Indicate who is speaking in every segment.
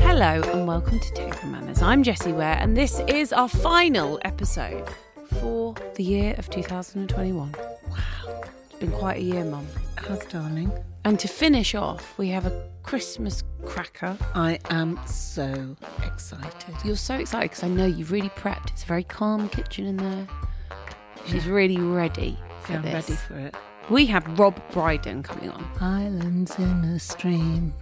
Speaker 1: Hello and welcome to Token Manners. I'm Jessie Ware and this is our final episode for the year of 2021. Wow. It's been quite a year, Mum.
Speaker 2: How's darling?
Speaker 1: And to finish off, we have a Christmas cracker.
Speaker 2: I am so excited.
Speaker 1: You're so excited because I know you've really prepped. It's a very calm kitchen in there. She's really ready for
Speaker 2: Yeah, I'm
Speaker 1: this.
Speaker 2: ready for it.
Speaker 1: We have Rob Brydon coming on.
Speaker 2: Islands in a stream.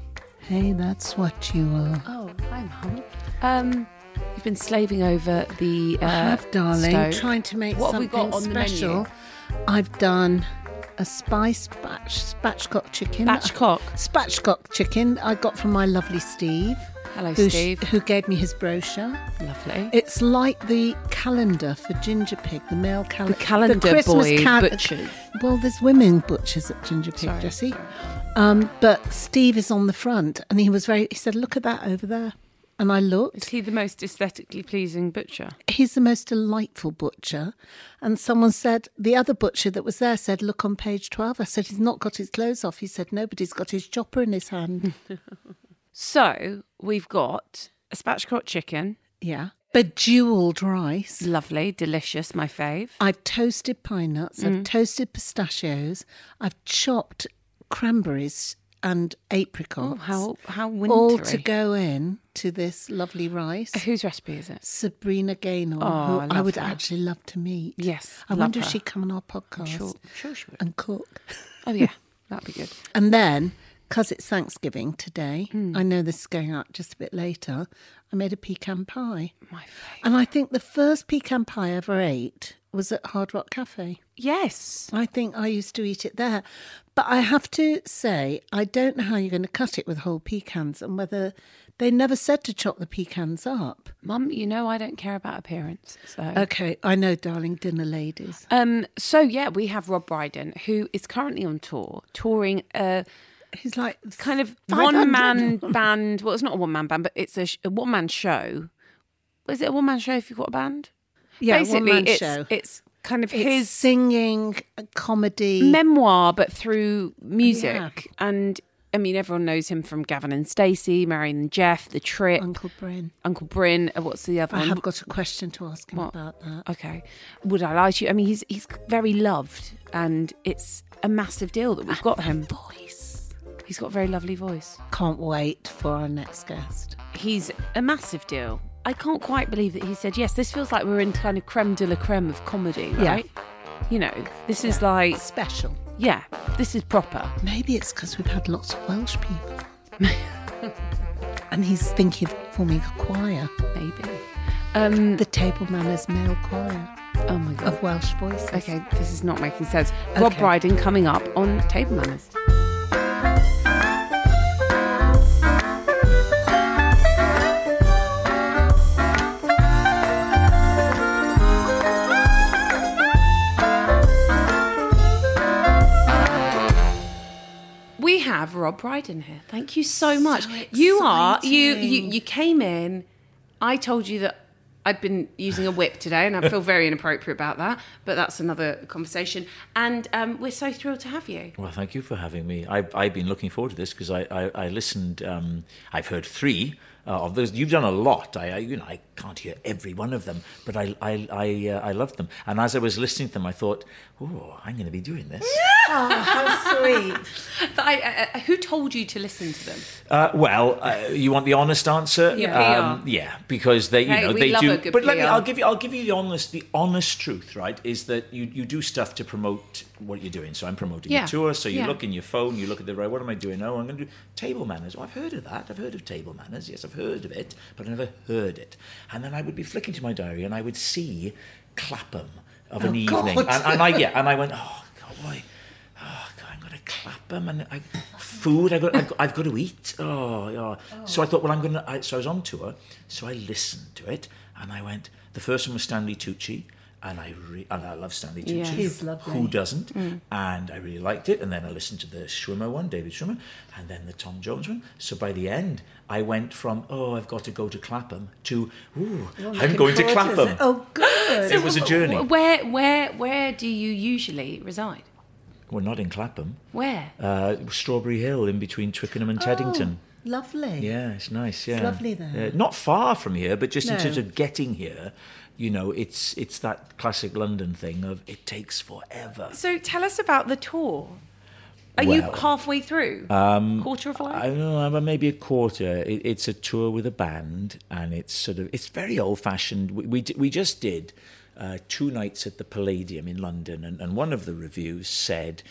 Speaker 2: Hey, that's what you are.
Speaker 1: Oh, hi, Mum. Um, you've been slaving over the. Uh,
Speaker 2: I have, darling,
Speaker 1: stove.
Speaker 2: trying to make
Speaker 1: what
Speaker 2: something
Speaker 1: have we got on
Speaker 2: special.
Speaker 1: The menu?
Speaker 2: I've done a spice batch spatchcock chicken.
Speaker 1: Batchcock.
Speaker 2: Spatchcock chicken I got from my lovely Steve.
Speaker 1: Hello,
Speaker 2: who sh-
Speaker 1: Steve.
Speaker 2: who gave me his brochure.
Speaker 1: Lovely.
Speaker 2: It's like the calendar for Ginger Pig, the male calendar.
Speaker 1: calendar boy butchers.
Speaker 2: Well, there's women butchers at Ginger Pig,
Speaker 1: Sorry,
Speaker 2: Jessie.
Speaker 1: sorry.
Speaker 2: Um, but Steve is on the front, and he was very. He said, "Look at that over there," and I
Speaker 1: Is
Speaker 2: looked.
Speaker 1: he the most aesthetically pleasing butcher?
Speaker 2: He's the most delightful butcher. And someone said, the other butcher that was there said, "Look on page 12. I said, "He's not got his clothes off." He said, "Nobody's got his chopper in his
Speaker 1: Hmm.
Speaker 2: hand."
Speaker 1: So we've got a spatchcock chicken,
Speaker 2: yeah, bejeweled rice.
Speaker 1: lovely, delicious, my fave.
Speaker 2: I've toasted pine nuts,
Speaker 1: Mm.
Speaker 2: I've toasted pistachios, I've chopped cranberries and
Speaker 1: Oh,
Speaker 2: apricots.
Speaker 1: how how wintry!
Speaker 2: all to go in to this lovely rice.
Speaker 1: Whose recipe is it?
Speaker 2: Sabrina Gaynor,
Speaker 1: Oh,
Speaker 2: who
Speaker 1: I
Speaker 2: I,
Speaker 1: love
Speaker 2: would
Speaker 1: her.
Speaker 2: actually love to meet.
Speaker 1: Yes,
Speaker 2: I
Speaker 1: love
Speaker 2: wonder
Speaker 1: her.
Speaker 2: if she'd come on our podcast
Speaker 1: Sure, sure she would.
Speaker 2: and cook.
Speaker 1: Oh yeah, that'd be good.
Speaker 2: And then, because it's Thanksgiving today,
Speaker 1: Hmm.
Speaker 2: I know this is going out just a bit later, I made a pecan pie.
Speaker 1: My fave.
Speaker 2: And I think the first pecan pie I ever ate was at Hard Rock Cafe.
Speaker 1: Yes.
Speaker 2: I think I used to eat it there. But I have to say, I don't know how you're going to cut it with whole pecans and whether they never said to chop the pecans up.
Speaker 1: Mum, you know I don't care about appearance. So
Speaker 2: Okay, I know, darling, dinner ladies.
Speaker 1: um so yeah, we have Rob Brydon, who is currently on tour, touring a
Speaker 2: He's like,
Speaker 1: kind of
Speaker 2: 500.
Speaker 1: one man band. Well, it's not a one man band, but it's a, sh- a one man show. Is it a one man show if you've got a band?
Speaker 2: yeah,
Speaker 1: Basically,
Speaker 2: one-man
Speaker 1: it's
Speaker 2: show.
Speaker 1: it's kind of
Speaker 2: It's
Speaker 1: his
Speaker 2: singing, comedy.
Speaker 1: memoir, but through music. And I mean, everyone knows him from Gavin and Stacey, Marion and Jeff, The Trip,
Speaker 2: Uncle Bryn.
Speaker 1: Uncle Bryn. uh, What's the other
Speaker 2: I
Speaker 1: one?
Speaker 2: have got a question to ask him
Speaker 1: What?
Speaker 2: about that.
Speaker 1: Okay, would I lie to you? I mean, he's he's very loved, and it's a massive deal that
Speaker 2: Ah.
Speaker 1: we've got him.
Speaker 2: Voice.
Speaker 1: He's got a very lovely voice.
Speaker 2: Can't wait for our next guest.
Speaker 1: He's a massive deal. I can't quite believe that he said yes. This feels like we're in kind of creme de la creme of comedy,
Speaker 2: Yeah.
Speaker 1: right? You know, this is like,
Speaker 2: Special.
Speaker 1: yeah, this is proper.
Speaker 2: Maybe it's because we've had lots of Welsh people. and he's thinking of forming a choir.
Speaker 1: Maybe. Um,
Speaker 2: The Table Manners male choir
Speaker 1: oh my god.
Speaker 2: of Welsh voices.
Speaker 1: Okay, this is not making sense. Rob
Speaker 2: Okay.
Speaker 1: Brydon coming up on Table Manners. We have Rob Brydon here. Thank you so much. you are you, you you came in. I told you that I'd been using a whip today, and I feel very inappropriate about that. But that's another conversation. And um, we're so thrilled to have you.
Speaker 3: Well, thank you for having me. I've, I've been looking forward to this because I, I, I listened, um, I've heard three uh, of those. You've done a lot. I, I, you know, I can't hear every one of them, but I, I, I, uh, I loved them. And as I was listening to them, I thought, oh, I'm going to be doing this.
Speaker 2: How sweet.
Speaker 1: But I, I, who told you to listen to them?
Speaker 3: Uh, well, uh, you want the honest answer? Um,
Speaker 1: Yeah, PR.
Speaker 3: yeah, because they, you
Speaker 1: Hey,
Speaker 3: know,
Speaker 1: we
Speaker 3: they
Speaker 1: love
Speaker 3: do.
Speaker 1: a good
Speaker 3: but let me,
Speaker 1: PR.
Speaker 3: I'll give you, I'll give you the honest, the honest truth, right? Is that you, you do stuff to promote what you're doing. So I'm promoting
Speaker 1: Yeah,
Speaker 3: a tour. So you
Speaker 1: yeah.
Speaker 3: look in your phone, you look at the right. What am I doing? Oh, I'm going to do table manners. Oh, I've heard of that. I've heard of table manners. Yes, I've heard of it, but I never heard it. And then I would be flicking to my diary, and I would see Clapham
Speaker 1: Oh,
Speaker 3: of an evening, and, and I yeah, and I went, oh God, why? oh God, I'm gonna clap them and I, food. I got, I've, got, I've got to eat. Oh, yeah. So I thought, well, I'm gonna. I, so I was on tour, so I listened to it, and I went. The first one was Stanley Tucci, and I re, and I love Stanley Tucci.
Speaker 1: Yes.
Speaker 2: He's lovely. Mm.
Speaker 3: Who doesn't? And I really liked it. And then I listened to the Schwimmer one, David Schwimmer, and then the Tom Jones one. So by the end, I went from oh, I've got to go to Clapham to ooh, I'm going to
Speaker 2: Gorgeous.
Speaker 3: Clapham.
Speaker 2: Oh, good.
Speaker 3: It was a journey.
Speaker 1: Where, where, where do you usually reside?
Speaker 3: Well, not in Clapham.
Speaker 1: Where?
Speaker 3: Uh, Strawberry Hill, in between Twickenham
Speaker 2: Oh.
Speaker 3: and Teddington.
Speaker 2: Lovely.
Speaker 3: Yeah, it's nice. Yeah,
Speaker 2: lovely there.
Speaker 3: Yeah, not far from here, but just in
Speaker 2: No.
Speaker 3: terms of getting here, you know, it's it's that classic London thing of it takes forever.
Speaker 1: So tell us about the tour. Are you
Speaker 3: Well, um,
Speaker 1: halfway through? Quarter of
Speaker 3: I
Speaker 1: way?
Speaker 3: don't know, but maybe a quarter. It, it's a tour with a band, and it's sort of it's very old fashioned. We, we d- we just did uh, two nights at the Palladium in London, and, and one of the reviews said.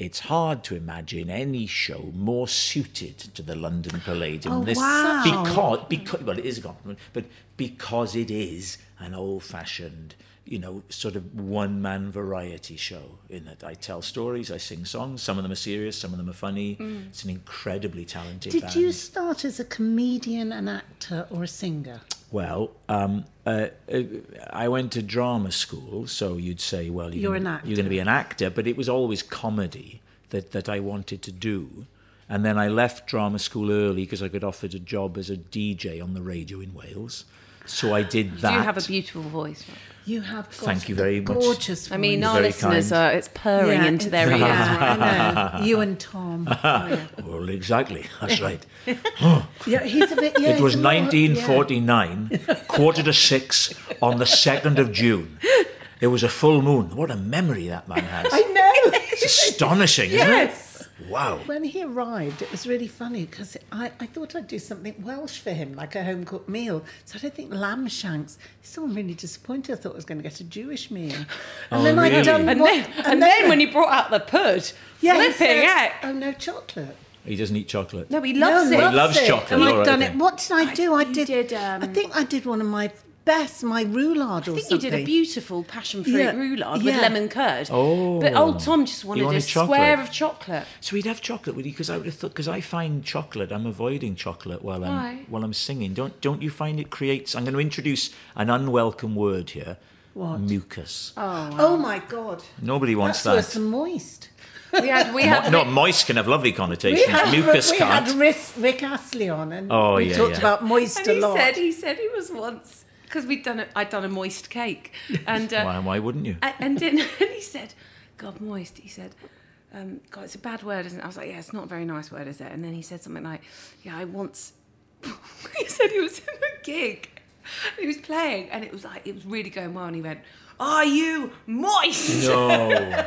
Speaker 3: It's hard to imagine any show more suited to the London Palladium.
Speaker 2: Oh,
Speaker 3: than this
Speaker 2: wow.
Speaker 3: because, because well, it is a compliment, but because it is an old-fashioned, you know, sort of one-man variety show. In that I tell stories, I sing songs. Some of them are serious, some of them are funny. It's an incredibly talented.
Speaker 2: Mm. Did
Speaker 3: band.
Speaker 2: you start as a comedian, an actor, or a singer?
Speaker 3: Well, um, uh, uh, I went to drama school, so you'd say, well, you're,
Speaker 2: You're
Speaker 3: gonna,
Speaker 2: an
Speaker 3: You're going to be an actor, but it was always comedy that, that I wanted to do. And then I left drama school early because I got offered a job as a DJ on the radio in Wales. So I did that.
Speaker 1: You have a beautiful voice.
Speaker 2: You have got
Speaker 3: Thank you very
Speaker 2: a
Speaker 3: much.
Speaker 2: Gorgeous. Voice.
Speaker 1: I mean,
Speaker 3: You're
Speaker 1: our
Speaker 3: very
Speaker 1: listeners
Speaker 3: kind.
Speaker 1: are, it's purring into their ears.
Speaker 2: yeah, I know. You and Tom.
Speaker 3: Well, exactly. That's right.
Speaker 2: Yeah, he's a bit. Yeah,
Speaker 3: It
Speaker 2: he's
Speaker 3: was
Speaker 2: a more- yeah.
Speaker 3: 1949, quarter to six on the 2nd of June. It was a full moon. What a memory that man has.
Speaker 2: I know.
Speaker 3: It's astonishing,
Speaker 2: yes.
Speaker 3: isn't it? Wow.
Speaker 2: When he arrived, it was really funny because I, I thought I'd do something Welsh for him, like a home cooked meal. So I don't think lamb shanks. Someone really disappointed. I thought I was going to get a Jewish meal. And
Speaker 3: Oh,
Speaker 2: then
Speaker 3: really?
Speaker 2: I'd done
Speaker 1: And
Speaker 2: what-
Speaker 1: then, and then when he brought out the pud,
Speaker 2: yeah, he
Speaker 1: flipping
Speaker 2: said,
Speaker 1: heck.
Speaker 2: Oh, no chocolate.
Speaker 3: He doesn't eat chocolate.
Speaker 1: No, he loves
Speaker 2: no,
Speaker 1: it.
Speaker 3: He loves
Speaker 2: it.
Speaker 3: chocolate,
Speaker 2: And
Speaker 3: all
Speaker 2: I've
Speaker 3: right,
Speaker 2: done
Speaker 3: okay.
Speaker 2: it. What did I do? I
Speaker 1: you
Speaker 2: did.
Speaker 1: did, um,
Speaker 2: I think I did one of my best, my roulade or
Speaker 1: I think you
Speaker 2: something.
Speaker 1: did a beautiful passion fruit
Speaker 2: Yeah,
Speaker 1: roulade with
Speaker 2: yeah.
Speaker 1: lemon curd.
Speaker 3: Oh.
Speaker 1: But old Tom just
Speaker 3: He
Speaker 1: wanted,
Speaker 3: wanted
Speaker 1: a
Speaker 3: chocolate.
Speaker 1: square of chocolate.
Speaker 3: So he'd have chocolate with you because I would have thought because I find chocolate. I'm avoiding chocolate while I'm
Speaker 1: Why?
Speaker 3: while I'm singing. Don't don't you find it creates? I'm going to introduce an unwelcome word here.
Speaker 2: What?
Speaker 3: Mucus.
Speaker 2: Oh my god.
Speaker 3: Nobody wants
Speaker 2: That's worse
Speaker 3: that.
Speaker 2: than moist.
Speaker 1: We had, we
Speaker 3: Mo-
Speaker 1: had,
Speaker 3: no, moist can have lovely
Speaker 2: We
Speaker 3: connotations.
Speaker 2: had,
Speaker 3: Mucus
Speaker 2: we
Speaker 3: can't.
Speaker 2: had Rick, Rick Astley on, and
Speaker 3: Oh,
Speaker 2: we
Speaker 3: yeah,
Speaker 2: talked
Speaker 3: yeah.
Speaker 2: about moist
Speaker 1: and
Speaker 2: a
Speaker 1: he
Speaker 2: lot.
Speaker 1: said, he said he was once, because we'd done a, I'd done a moist cake. And, uh,
Speaker 3: why, why wouldn't you?
Speaker 1: and, and, then, and he said, God, moist. He said, um, God, it's a bad word, isn't it? I was like, yeah, it's not a very nice word, is it? And then he said something like, yeah, I once, he said he was in a gig. and He was playing, and it was like it was really going well. And he went, "Are you moist?"
Speaker 3: no.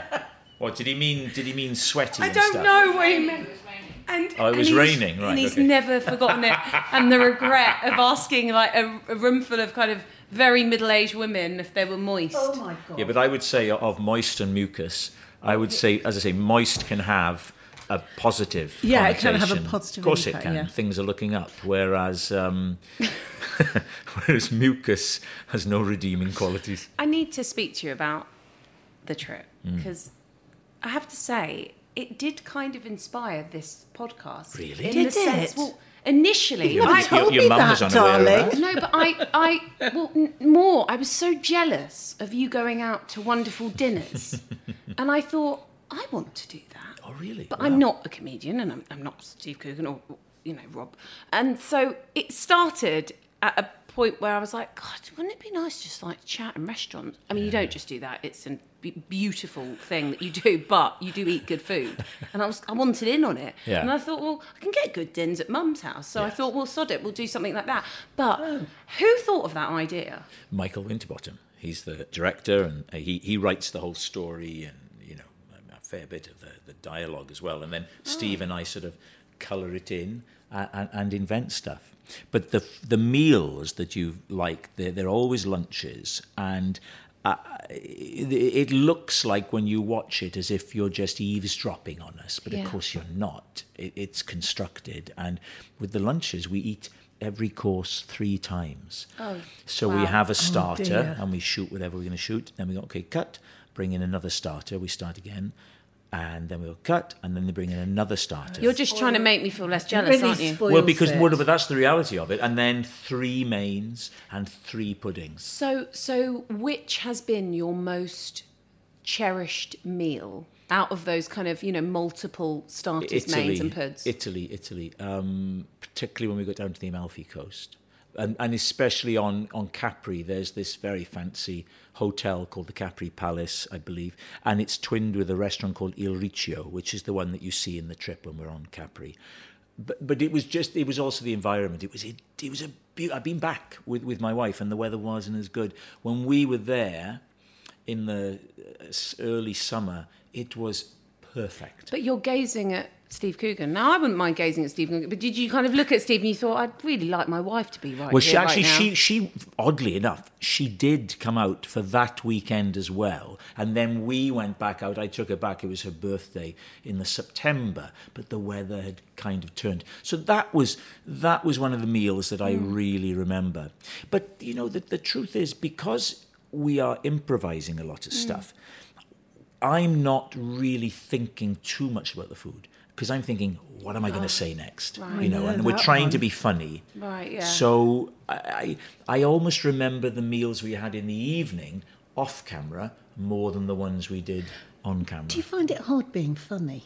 Speaker 3: What did he mean? Did he mean sweaty?
Speaker 1: I
Speaker 3: and
Speaker 1: don't
Speaker 3: stuff?
Speaker 1: know what he meant. And,
Speaker 3: Oh, it
Speaker 1: and
Speaker 3: was
Speaker 1: he's-
Speaker 3: raining, right,
Speaker 1: And he's
Speaker 3: okay.
Speaker 1: never forgotten it. and the regret of asking like a, a room full of kind of very middle-aged women if they were moist.
Speaker 2: Oh my god.
Speaker 3: Yeah, but I would say of moist and mucus, I would say, as I say, moist can have a positive.
Speaker 2: Yeah, it can have a
Speaker 3: connotation.
Speaker 2: positive
Speaker 3: Of course,
Speaker 2: impact,
Speaker 3: it can.
Speaker 2: yeah.
Speaker 3: Things are looking up, whereas um, whereas mucus has no redeeming qualities.
Speaker 1: I need to speak to you about the trip
Speaker 3: Mm.
Speaker 1: because I have to say it did kind of inspire this podcast.
Speaker 3: Really?
Speaker 1: in
Speaker 2: Did
Speaker 1: the Sense,
Speaker 2: it?
Speaker 1: well, initially,
Speaker 3: You
Speaker 1: I-
Speaker 3: haven't- your, your
Speaker 2: me
Speaker 3: mum
Speaker 2: that,
Speaker 3: was unaware of
Speaker 2: darling.
Speaker 1: No,
Speaker 3: that.
Speaker 1: but I, I, well, n- more. I was so jealous of you going out to wonderful dinners, and I thought I want to do that.
Speaker 3: Oh, really?
Speaker 1: But
Speaker 3: Wow.
Speaker 1: I'm not a comedian, and I'm, I'm not Steve Coogan or you know Rob. And so it started at a point where I was like, God, wouldn't it be nice just like chat in restaurants? I mean, you don't just do that. It's an b- beautiful thing that you do, but you do eat good food. And I was I wanted in on it.
Speaker 3: Yeah.
Speaker 1: And I thought, well, I can get good dins at mum's house. So I thought, well, sod it, we'll do something like that. But who thought of that idea?
Speaker 3: Michael Winterbottom. He's the director, and uh, he, he writes the whole story and you know um, a- a fair bit of the, the dialogue as well. And then Steve and I sort of color it in and, and, and invent stuff. But the the meals that you like, they're, they're always lunches, and uh, it, it looks like when you watch it as if you're just eavesdropping on us, but
Speaker 1: Yeah.
Speaker 3: of course you're not. It, it's constructed, and with the lunches we eat every course three times. Oh, so we have a starter
Speaker 2: Oh, dear.
Speaker 3: and we shoot whatever we're going to shoot. Then we go, okay, cut, bring in another starter, we start again. And then we'll cut, and then they bring in another starter.
Speaker 1: You're just trying to make me feel less jealous,
Speaker 2: really
Speaker 1: aren't you?
Speaker 2: spoils
Speaker 3: well, because
Speaker 2: it.
Speaker 3: well, but that's the reality of it. And then three mains and three puddings.
Speaker 1: So, so which has been your most cherished meal out of those kind of you know multiple starters, mains, and puds?
Speaker 3: Italy, Italy, um, particularly when we got down to the Amalfi Coast. And, and especially on, on Capri, there's this very fancy hotel called the Capri Palace, I believe, and it's twinned with a restaurant called Il Riccio, which is the one that you see in the trip when we're on Capri. But, but it was just it was also the environment. It was it, it was a beau- I've been back with, with my wife, and the weather wasn't as good when we were there in the uh, s- early summer. It was perfect.
Speaker 1: but you're gazing at Steve Coogan. Now, I wouldn't mind gazing at Steve Coogan, but did you kind of look at Steve and you thought, I'd really like my wife to be right
Speaker 3: Well,
Speaker 1: here,
Speaker 3: she
Speaker 1: right
Speaker 3: actually,
Speaker 1: now?
Speaker 3: she, she, oddly enough, she did come out for that weekend as well. And then we went back out. I took her back. It was her birthday in the September, but the weather had kind of turned. So that was that was one of the meals that I
Speaker 1: Hmm.
Speaker 3: really remember. But you know, the, the truth is because we are improvising a
Speaker 1: Hmm.
Speaker 3: lot of stuff. I'm not really thinking too much about the food because I'm thinking, what am I going to
Speaker 1: Ah,
Speaker 3: say next? You know, and we're trying to be funny.
Speaker 1: Right, yeah.
Speaker 3: So I, I I almost remember the meals we had in the evening off camera more than the ones we did on camera.
Speaker 2: Do you find it hard being funny?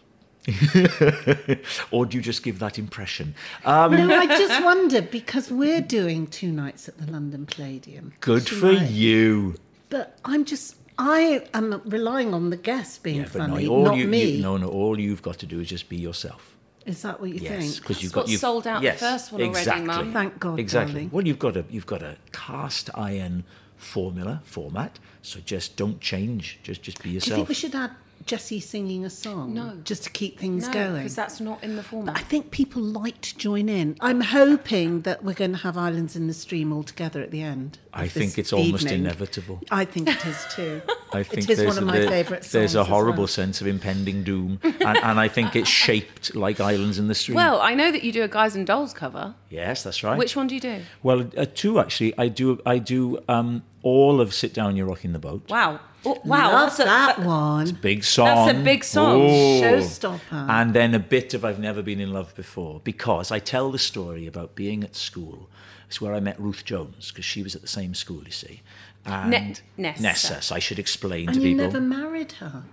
Speaker 3: or do you just give that impression?
Speaker 2: no, I just wonder because we're doing two nights at the London Palladium.
Speaker 3: Good for
Speaker 2: tonight.
Speaker 3: you.
Speaker 2: But I'm just, I am relying on the guest being funny,
Speaker 3: all
Speaker 2: not
Speaker 3: you,
Speaker 2: me.
Speaker 3: you no no all you've got to do is just be yourself.
Speaker 2: Is that what you
Speaker 3: Yes,
Speaker 2: think?
Speaker 3: because you've
Speaker 1: That's
Speaker 3: got
Speaker 1: what
Speaker 3: you've,
Speaker 1: sold out the
Speaker 3: yes,
Speaker 1: first one already,
Speaker 3: exactly.
Speaker 1: Mum.
Speaker 2: Thank God,
Speaker 3: Exactly.
Speaker 2: darling.
Speaker 3: Well, you've got a you've got a cast iron formula format, so just don't change. Just just be
Speaker 2: Do you think
Speaker 3: yourself.
Speaker 2: we should add Jessie singing a song?
Speaker 1: No.
Speaker 2: Just to keep things
Speaker 1: no,
Speaker 2: going.
Speaker 1: because that's not in the format.
Speaker 2: I think people like to join in. I'm hoping that we're going to have Islands in the Stream all together at the end. of
Speaker 3: I think
Speaker 2: this
Speaker 3: it's almost
Speaker 2: evening.
Speaker 3: inevitable.
Speaker 2: I think it is too.
Speaker 3: I think
Speaker 2: it is
Speaker 3: there's
Speaker 2: one of my
Speaker 3: there-
Speaker 2: favourite songs.
Speaker 3: There's a
Speaker 2: as
Speaker 3: horrible
Speaker 2: well.
Speaker 3: sense of impending doom, and, and I think it's shaped like islands in the stream.
Speaker 1: well, I know that you do a Guys and Dolls cover.
Speaker 3: yes, that's right.
Speaker 1: Which one do you do?
Speaker 3: Well, uh, two actually. I do. I do um, all of "Sit Down, You're Rocking the Boat."
Speaker 1: Wow. Oh, wow.
Speaker 2: Love
Speaker 1: that's a-
Speaker 2: that one.
Speaker 3: Big song.
Speaker 1: big song.
Speaker 2: Showstopper.
Speaker 3: And then a bit of I've Never Been in Love Before because I tell the story about being at school. It's where I met Ruth Jones because she was at the same school, you see. And
Speaker 1: Nessa.
Speaker 3: Nessa, so I should explain
Speaker 2: And
Speaker 3: to
Speaker 2: you
Speaker 3: people.
Speaker 2: never married her.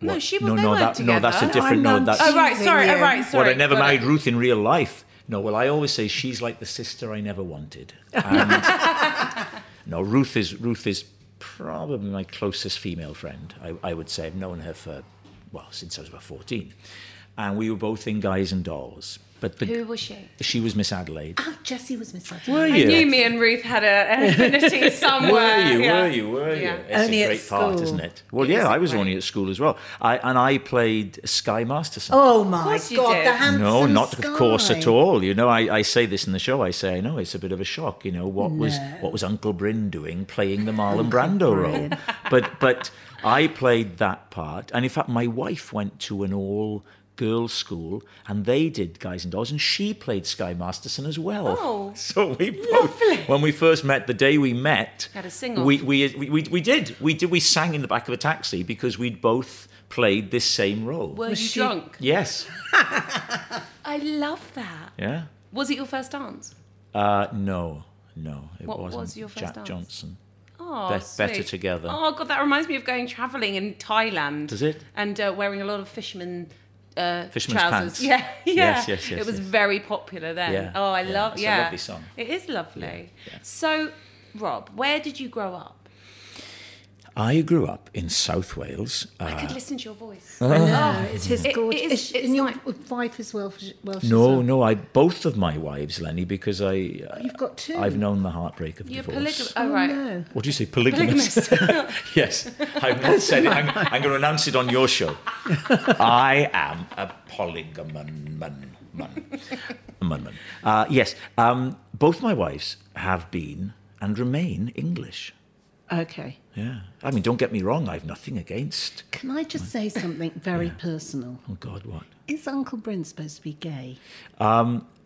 Speaker 1: No, she was.
Speaker 3: no,
Speaker 1: they
Speaker 3: no,
Speaker 1: weren't
Speaker 3: that, no, that's a
Speaker 1: together.
Speaker 3: different. No,
Speaker 2: I'm
Speaker 3: that's
Speaker 1: Oh right,
Speaker 2: Cheating
Speaker 1: sorry. Oh,
Speaker 2: you.
Speaker 1: right, sorry.
Speaker 3: Well, I never
Speaker 1: Got it.
Speaker 3: married Ruth in real life. No, well, I always say she's like the sister I never wanted. And no, Ruth is Ruth is probably my closest female friend. I, I would say I've known her for well since I was about fourteen, and we were both in Guys and Dolls. But the,
Speaker 1: Who was she?
Speaker 3: She was Miss Adelaide.
Speaker 1: Ah,
Speaker 2: Oh, Jessie was Miss Adelaide.
Speaker 3: Were
Speaker 1: I
Speaker 3: you?
Speaker 1: knew me and Ruth had a, an affinity somewhere.
Speaker 3: Were you?
Speaker 1: Ah, yeah.
Speaker 3: Were you? Were you?
Speaker 1: Yeah.
Speaker 3: It's
Speaker 2: Only
Speaker 3: a
Speaker 2: at
Speaker 3: great part,
Speaker 2: school.
Speaker 3: isn't it? Well,
Speaker 1: It is
Speaker 3: yeah,
Speaker 1: a
Speaker 3: I was
Speaker 1: great-
Speaker 3: only at school as well. I, and I played Sky Masterson.
Speaker 2: Oh my
Speaker 1: course you
Speaker 2: God,
Speaker 1: did.
Speaker 2: the handsome
Speaker 3: No, not of course
Speaker 2: Skye.
Speaker 3: at all. You know, I, I say this in the show. I say, I know it's a bit of a shock. You know, what was what was Uncle Bryn doing playing the Marlon Brando role? But but I played that part, and in fact, my wife went to an all girls school, and they did Guys and Dolls, and she played Sky Masterson as well.
Speaker 1: Oh.
Speaker 3: so we both, when we first met, the day we met,
Speaker 1: Had a sing-off.
Speaker 3: We we, we we we did we did we sang in the back of a taxi because we'd both played this same role.
Speaker 1: Were you drunk?
Speaker 3: Yes.
Speaker 1: I love that.
Speaker 3: Yeah.
Speaker 1: Was it your first dance?
Speaker 3: Uh, no, no, it
Speaker 1: What
Speaker 3: wasn't.
Speaker 1: was your first
Speaker 3: Jack
Speaker 1: dance?
Speaker 3: Johnson.
Speaker 1: Oh,
Speaker 3: Be- better
Speaker 1: sweet.
Speaker 3: together.
Speaker 1: Oh god, that reminds me of going travelling in Thailand.
Speaker 3: Does it?
Speaker 1: And uh, wearing a lot of fisherman uh,
Speaker 3: Fisherman's
Speaker 1: trousers.
Speaker 3: pants.
Speaker 1: Yeah, yeah.
Speaker 3: Yes, yes, yes,
Speaker 1: It was
Speaker 3: yes.
Speaker 1: very popular then.
Speaker 3: Yeah,
Speaker 1: Oh, I
Speaker 3: yeah.
Speaker 1: love.
Speaker 3: It's a
Speaker 1: yeah,
Speaker 3: lovely song.
Speaker 1: It is lovely.
Speaker 3: yeah.
Speaker 1: So, Rob, where did you grow up?
Speaker 3: I grew up in South Wales. Uh,
Speaker 1: I could listen to your voice.
Speaker 2: I know. It's his
Speaker 1: Ah. It-
Speaker 2: gorgeous.
Speaker 1: it is-
Speaker 2: is-
Speaker 1: it's
Speaker 2: and your
Speaker 1: like-
Speaker 2: wife is Welsh. Welsh as
Speaker 3: no,
Speaker 2: well.
Speaker 3: no, I both of my wives, Lenny, because I
Speaker 2: You've got two.
Speaker 3: I've known the heartbreak of
Speaker 1: You're
Speaker 3: divorce.
Speaker 1: polygamous. Oh,
Speaker 2: Oh,
Speaker 1: right.
Speaker 2: no.
Speaker 3: What do you say, polygamous?
Speaker 1: Polygamist.
Speaker 3: yes, I've not said it. I'm, I'm going to announce it on your show. I am a polygamon. Mun, mun, mun, mun. Uh, yes, um, both my wives have been and remain English.
Speaker 2: Okay.
Speaker 3: Yeah. I mean, don't get me wrong, I've nothing against.
Speaker 2: Can I just say something very personal?
Speaker 3: Oh, God, what?
Speaker 2: Is Uncle Bryn supposed to be gay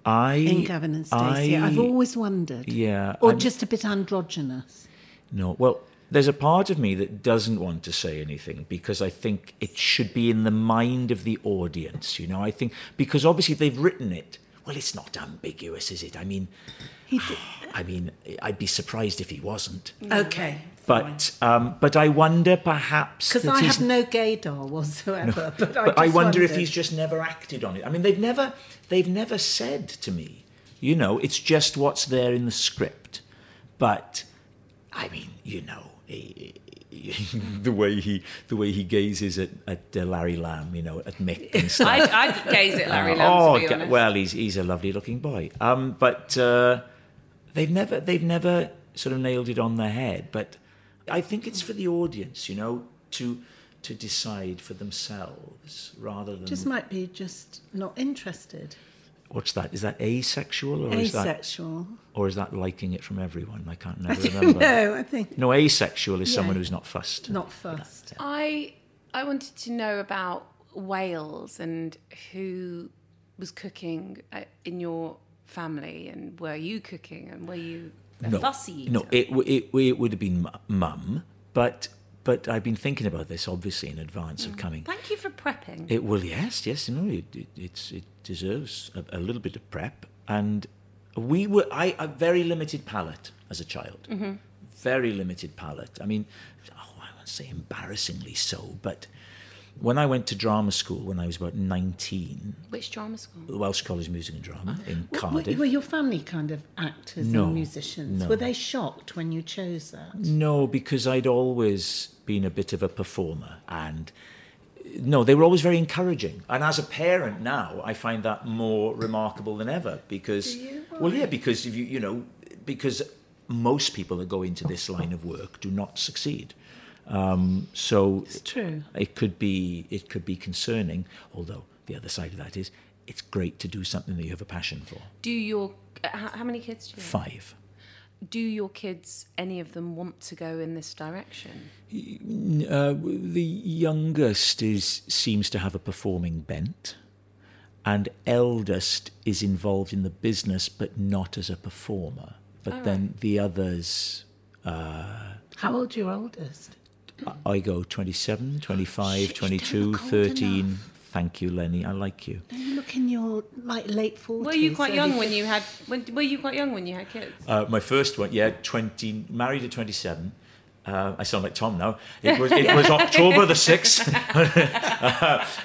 Speaker 3: I.
Speaker 2: in Gavin and Stacey?
Speaker 3: I-
Speaker 2: I've always wondered.
Speaker 3: Yeah,
Speaker 2: Or
Speaker 3: I'm-
Speaker 2: just a bit androgynous.
Speaker 3: No. Well, there's a part of me that doesn't want to say anything because I think it should be in the mind of the audience. You know, I think because obviously they've written it. Well, it's not ambiguous, is it? I mean, I mean, I'd be surprised if he wasn't.
Speaker 2: Okay.
Speaker 3: But um, but I wonder perhaps
Speaker 2: Because
Speaker 3: that
Speaker 2: I
Speaker 3: he's
Speaker 2: have no gaydar whatsoever. But, I,
Speaker 3: but I
Speaker 2: just
Speaker 3: wonder if
Speaker 2: wondered.
Speaker 3: he's just never acted on it. I mean, they've never they've never said to me, you know, it's just what's there in the script. But I mean, you know, he- he- the way he the way he gazes at at uh, Larry Lamb, you know, at Mick and stuff.
Speaker 1: I'd, I'd gaze at Larry Lamb,
Speaker 3: oh,
Speaker 1: to be
Speaker 3: g-
Speaker 1: honest.
Speaker 3: well, he's he's a lovely looking boy. Um, but uh, they've never they've never sort of nailed it on the head. But I think it's for the audience, you know, to to decide for themselves rather than
Speaker 2: Just might be just not interested.
Speaker 3: what's that? Is that asexual or is that
Speaker 2: Asexual.
Speaker 3: or is that liking it from everyone? I can't never remember.
Speaker 2: No, I think
Speaker 3: No, asexual is someone
Speaker 2: Yeah.
Speaker 3: who's not fussed.
Speaker 2: not first.
Speaker 1: I I wanted to know about Wales and who was cooking uh, in your family and were you cooking and were you a fussy eater?
Speaker 3: No, it, w- it, w- it would have been mu- mum, but but I've been thinking about this obviously in advance
Speaker 1: Mm.
Speaker 3: of coming.
Speaker 1: Thank you for prepping.
Speaker 3: It well, yes, yes, you know, it, it, it's, it deserves a, a little bit of prep. And we were, I, a very limited palate as a child. Very limited palate. I mean, oh, I won't say embarrassingly so, but when I went to drama school when I was about 19,
Speaker 1: Which drama school?
Speaker 3: the Welsh College of Music and Drama in
Speaker 2: W-
Speaker 3: Cardiff.
Speaker 2: Were, were your family kind of actors
Speaker 3: No,
Speaker 2: and musicians?
Speaker 3: no.
Speaker 2: Were they shocked when you chose that?
Speaker 3: No, because I'd always been a bit of a performer and no, they were always very encouraging. And as a parent now, I find that more remarkable than ever because well yeah, because if you you know, because most people that go into this line of work do not succeed. Um, so
Speaker 2: It's true.
Speaker 3: it could be it could be concerning, although the other side of that is it's great to do something that you have a passion for.
Speaker 1: Do your uh, how, how many kids do you have?
Speaker 3: Five.
Speaker 1: Do your kids any of them want to go in this direction?
Speaker 3: Uh, the youngest is seems to have a performing bent, and eldest is involved in the business but not as a performer. But then the others,
Speaker 2: How old your oldest?
Speaker 3: I- I go 27, 25,
Speaker 2: Shit, you don't
Speaker 3: 22,
Speaker 2: look old
Speaker 3: 13. Thank you, Lenny. I like you.
Speaker 2: You look in your like late forties.
Speaker 1: Were you quite young when you had when, were you quite young when you had kids?
Speaker 3: Uh, my first one, yeah, 20, married at 27. Uh, I sound like Tom now. It was, it was October the 6th.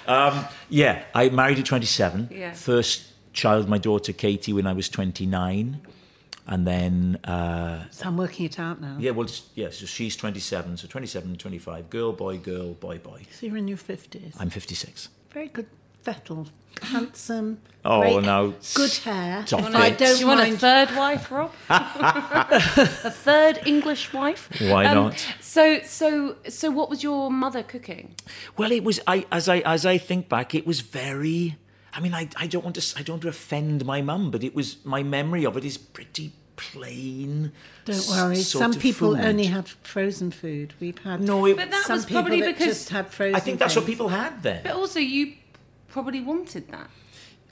Speaker 3: um, yeah, I married at 27.
Speaker 1: Yeah.
Speaker 3: First child, my daughter Katie, when I was 29. And then, uh,
Speaker 2: So I'm working it out now.
Speaker 3: yeah, well, it's- yeah, so she's 27. So 27, 25, girl, boy, girl, boy, boy.
Speaker 2: So you're in your fifties.
Speaker 3: I'm 56.
Speaker 2: Very good fettle, handsome.
Speaker 3: Oh,
Speaker 2: great,
Speaker 3: no.
Speaker 2: Good hair.
Speaker 3: Stop
Speaker 2: If I
Speaker 3: it.
Speaker 2: don't
Speaker 1: Do you want a
Speaker 2: mind-
Speaker 1: third wife, Rob? a third English wife? Um,
Speaker 3: Why not?
Speaker 1: So, so, so, what was your mother cooking?
Speaker 3: Well, it was. I as I as I think back, it was very. I mean, I, I don't want to s- I don't want to offend my mum, but it was my memory of it is pretty plain.
Speaker 2: Don't
Speaker 3: s-
Speaker 2: worry.
Speaker 3: sort
Speaker 2: Some
Speaker 3: of
Speaker 2: people
Speaker 3: food.
Speaker 2: only had frozen food. We've had
Speaker 3: No, it,
Speaker 1: But that
Speaker 2: some
Speaker 1: was
Speaker 2: people
Speaker 1: probably
Speaker 2: that
Speaker 1: because-
Speaker 2: just had frozen.
Speaker 3: I think that's what
Speaker 2: things.
Speaker 3: people had then.
Speaker 1: But also, you probably wanted that.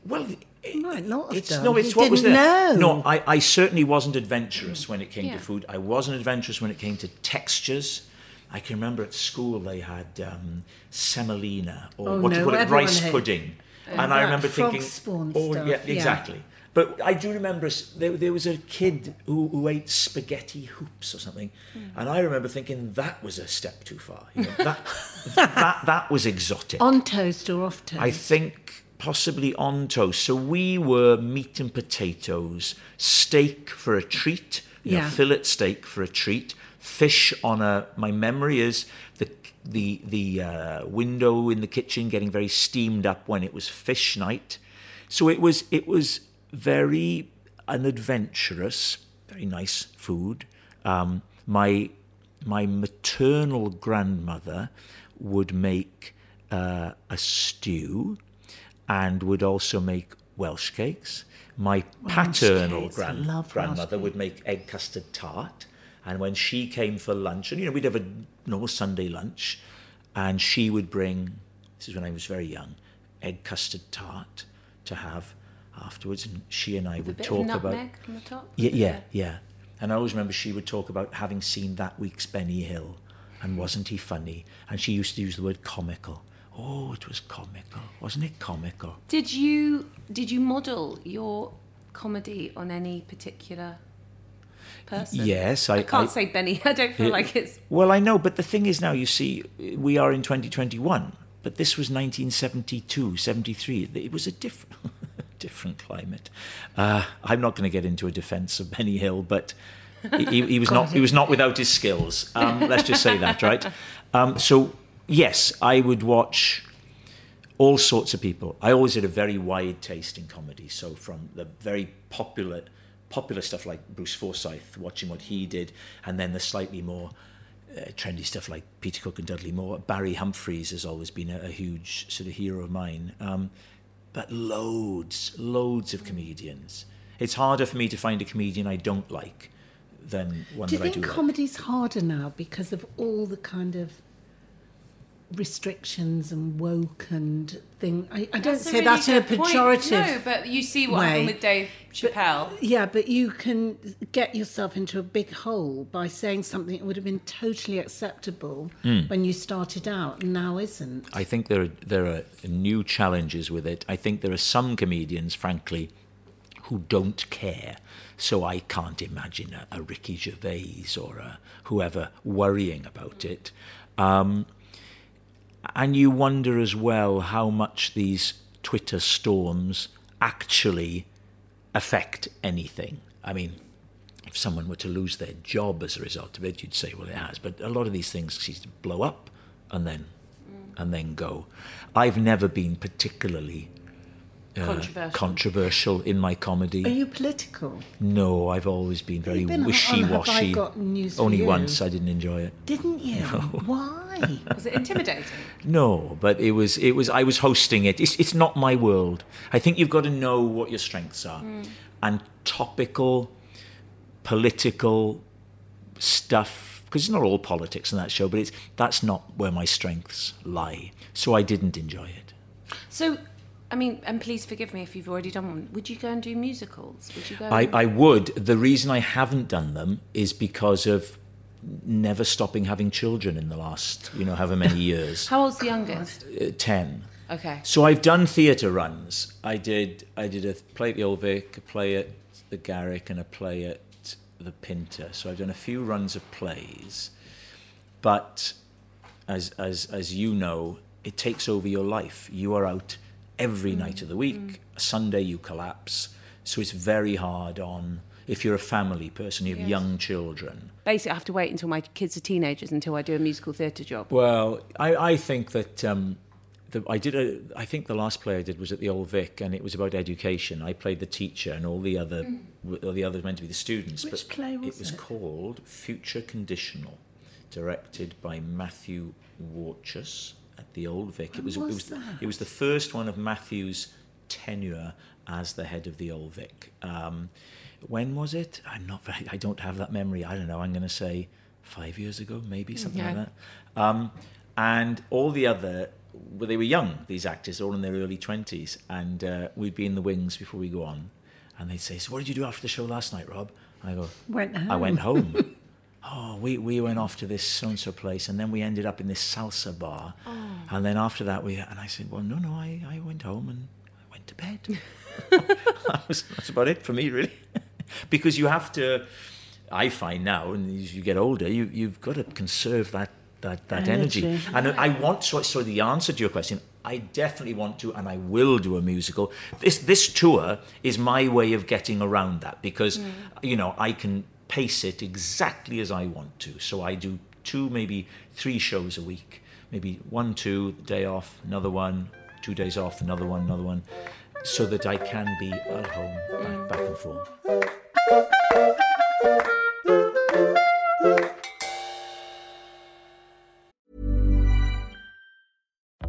Speaker 3: Well, it,
Speaker 2: Might not have
Speaker 3: it's
Speaker 2: done.
Speaker 3: no, it's
Speaker 2: You
Speaker 3: what was
Speaker 2: didn't
Speaker 3: there.
Speaker 2: know.
Speaker 3: No, I, I certainly wasn't adventurous when it came
Speaker 1: Yeah.
Speaker 3: to food. I wasn't adventurous when it came to textures. I can remember at school they had um, semolina or
Speaker 2: Oh,
Speaker 3: what do
Speaker 2: no,
Speaker 3: you call it,
Speaker 2: everyone
Speaker 3: rice
Speaker 2: had-
Speaker 3: pudding.
Speaker 2: that
Speaker 3: and I remember
Speaker 2: frog
Speaker 3: thinking,
Speaker 2: spawn
Speaker 3: oh
Speaker 2: stuff,
Speaker 3: yeah,
Speaker 2: yeah.
Speaker 3: exactly. But I do remember s- there, there was a kid who, who ate spaghetti hoops or something, and I remember thinking that was a step too far. You know, that, that that was exotic.
Speaker 2: on toast or off toast.
Speaker 3: I think possibly on toast. So we were meat and potatoes, steak for a treat, you know,
Speaker 2: Yeah.
Speaker 3: fillet steak for a treat, fish on a. My memory is the the the uh, window in the kitchen getting very steamed up when it was fish night. So it was it was very unadventurous, very nice food. Um, my my maternal grandmother would make uh, a stew and would also make Welsh cakes. My paternal
Speaker 2: cakes, I
Speaker 3: gran-
Speaker 2: love Welsh
Speaker 3: grandmother would make egg custard tart. And when she came for lunch, and you know, we'd have a normal Sunday lunch, and she would bring, this is when I was very young, egg custard tart to have afterwards. And she and I would
Speaker 1: bit of
Speaker 3: talk about.
Speaker 1: nutmeg on the top.
Speaker 3: Yeah, yeah, yeah. And I always remember she would talk about having seen that week's Benny Hill and wasn't he funny? And she used to use the word comical. Oh, it was comical. Wasn't it comical?
Speaker 1: Did you did you model your comedy on any particular person?
Speaker 3: Yes, I,
Speaker 1: I can't
Speaker 3: I-
Speaker 1: say Benny. I don't feel
Speaker 3: Yeah.
Speaker 1: like it's
Speaker 3: Well, I know, but the thing is now, you see, we are in 2021, but this was 1972, 73. It was a different, different climate. Uh, I'm not going to get into a defence of Benny Hill, but he- he, he was not he was not without his skills. Um, let's just say that, right? Um, so yes, I would watch all sorts of people. I always had a very wide taste in comedy. So from the very popular, popular stuff like Bruce Forsyth, watching what he did, and then the slightly more uh, trendy stuff like Peter Cook and Dudley Moore. Barry Humphries has always been a, a huge sort of hero of mine. Um, but loads, loads of comedians. It's harder for me to find a comedian I don't like than one
Speaker 2: Do you
Speaker 3: that I do
Speaker 2: think
Speaker 3: like.
Speaker 2: comedy's harder now because of all the kind of restrictions and woke and thing? I, I don't
Speaker 1: That's a
Speaker 2: say
Speaker 1: really
Speaker 2: that in a
Speaker 1: good point.
Speaker 2: pejorative.
Speaker 1: No, but you see what happened
Speaker 2: way.
Speaker 1: with Dave Chappelle.
Speaker 2: Yeah, but you can get yourself into a big hole by saying something that would have been totally acceptable
Speaker 3: Hmm.
Speaker 2: when you started out and now isn't.
Speaker 3: I think there are, there are new challenges with it. I think there are some comedians, frankly, who don't care. So I can't imagine a, a Ricky Gervais or a whoever worrying about it. Um, and you wonder as well how much these Twitter storms actually affect anything. I mean, if someone were to lose their job as a result of it, you'd say, well, it has. But a lot of these things seem to blow up and then and then go. I've never been particularly
Speaker 1: Controversial.
Speaker 3: controversial in my
Speaker 2: Are
Speaker 3: comedy.
Speaker 2: you political?
Speaker 3: No, I've always been very
Speaker 2: You've been on- on Have I
Speaker 3: wishy-washy.
Speaker 2: Got News for
Speaker 3: Only
Speaker 2: You?
Speaker 3: once I didn't enjoy it.
Speaker 2: Didn't you? Why?
Speaker 1: Was it intimidating?
Speaker 3: No, but it was it was I was hosting it. It's it's not my world. I think you've got to know what your strengths are. And topical political stuff because it's not all politics in that show, but it's that's not where my strengths lie. So I didn't enjoy it.
Speaker 1: So, I mean, and please forgive me if you've already done one. Would you go and do musicals? Would you go?
Speaker 3: I,
Speaker 1: and-
Speaker 3: I would. The reason I haven't done them is because of never stopping having children in the last, you know, however many years.
Speaker 1: How old's the youngest?
Speaker 3: Uh, Ten.
Speaker 1: Okay.
Speaker 3: So I've done theatre runs. I did. I did a play at the Old Vic, a play at the Garrick, and a play at the Pinter. So I've done a few runs of plays, but as as as you know, it takes over your life. You are out every night of the week. Sunday you collapse. So it's very hard on if you're a family person, you have young children.
Speaker 1: Basically, I have to wait until my kids are teenagers until I do a musical theatre job.
Speaker 3: Well, I, I think that um, the, I did. A, I think the last play I did was at the Old Vic, and it was about education. I played the teacher, and all the other, all the others meant to be the students.
Speaker 2: Hmm. Which
Speaker 3: but
Speaker 2: play was
Speaker 3: it? was
Speaker 2: it?
Speaker 3: called Future Conditional, directed by Matthew Warchus at the Old Vic. it was.
Speaker 2: was
Speaker 3: it was.
Speaker 2: that?
Speaker 3: It was the first one of Matthew's tenure as the head of the Old Vic. Um, when was it? I'm not. Very, I don't have that memory. I don't know. I'm going to say five years ago, maybe something like
Speaker 1: Yeah.
Speaker 3: that. Um, and all the other, well, they were young, these actors, all in their early 20s. And uh, we'd be in the wings before we go on. And they'd say, So, what did you do after the show last night, Rob? And I go,
Speaker 2: Went
Speaker 3: I went
Speaker 2: home."
Speaker 3: home. oh, we, we went off to this so and so place. And then we ended up in this salsa bar. And then after that, we, and I said, Well, no, no, I, I went home and I went to bed. that was, that's about it for me, really. because you have to, I find now, and as you get older, you, you've got to conserve that, that, that energy.
Speaker 2: Energy.
Speaker 3: And I want, so, so the answer to your question, I definitely want to, and I will do a musical. This, this tour is my way of getting around that because, you know, I can pace it exactly as I want to. So I do two, maybe three shows a week. Maybe one, two, day off, another one, two days off, another one, another one, so that I can be at home, back, back and forth.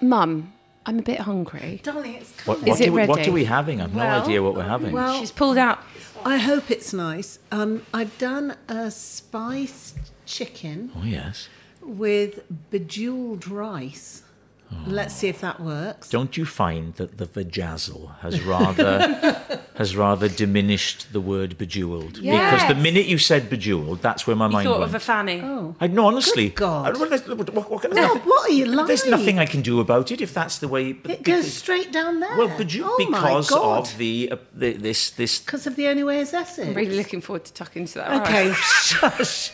Speaker 1: Mum, I'm a bit hungry.
Speaker 2: Darling, it's
Speaker 3: What,
Speaker 1: Is
Speaker 3: what
Speaker 1: it
Speaker 3: do we- what
Speaker 1: ready?
Speaker 3: are we having? I've
Speaker 2: Well-
Speaker 3: no idea what we're having.
Speaker 2: well-
Speaker 1: She's pulled out.
Speaker 2: I hope it's nice. Um, I've done a spiced chicken
Speaker 3: oh, yes.
Speaker 2: with bejeweled rice. Let's see if that works.
Speaker 3: Don't you find that the vajazzle has rather has rather diminished the word bejeweled? Because the
Speaker 1: Yes.
Speaker 3: minute you said bejeweled, that's where my
Speaker 1: You
Speaker 3: mind
Speaker 1: thought
Speaker 3: went.
Speaker 1: of a fanny.
Speaker 2: Oh.
Speaker 3: I no, honestly.
Speaker 2: Good God.
Speaker 3: I don't- what- what- what-
Speaker 2: No, what are you lying?
Speaker 3: There's nothing I can do about it if that's the way.
Speaker 2: It goes straight down there.
Speaker 3: Well, beju-
Speaker 2: oh
Speaker 3: because
Speaker 2: my God.
Speaker 3: of the, uh, the this this.
Speaker 2: because of the only way is Essex.
Speaker 1: I'm really looking forward to tucking into that.
Speaker 2: Okay,
Speaker 3: Shush.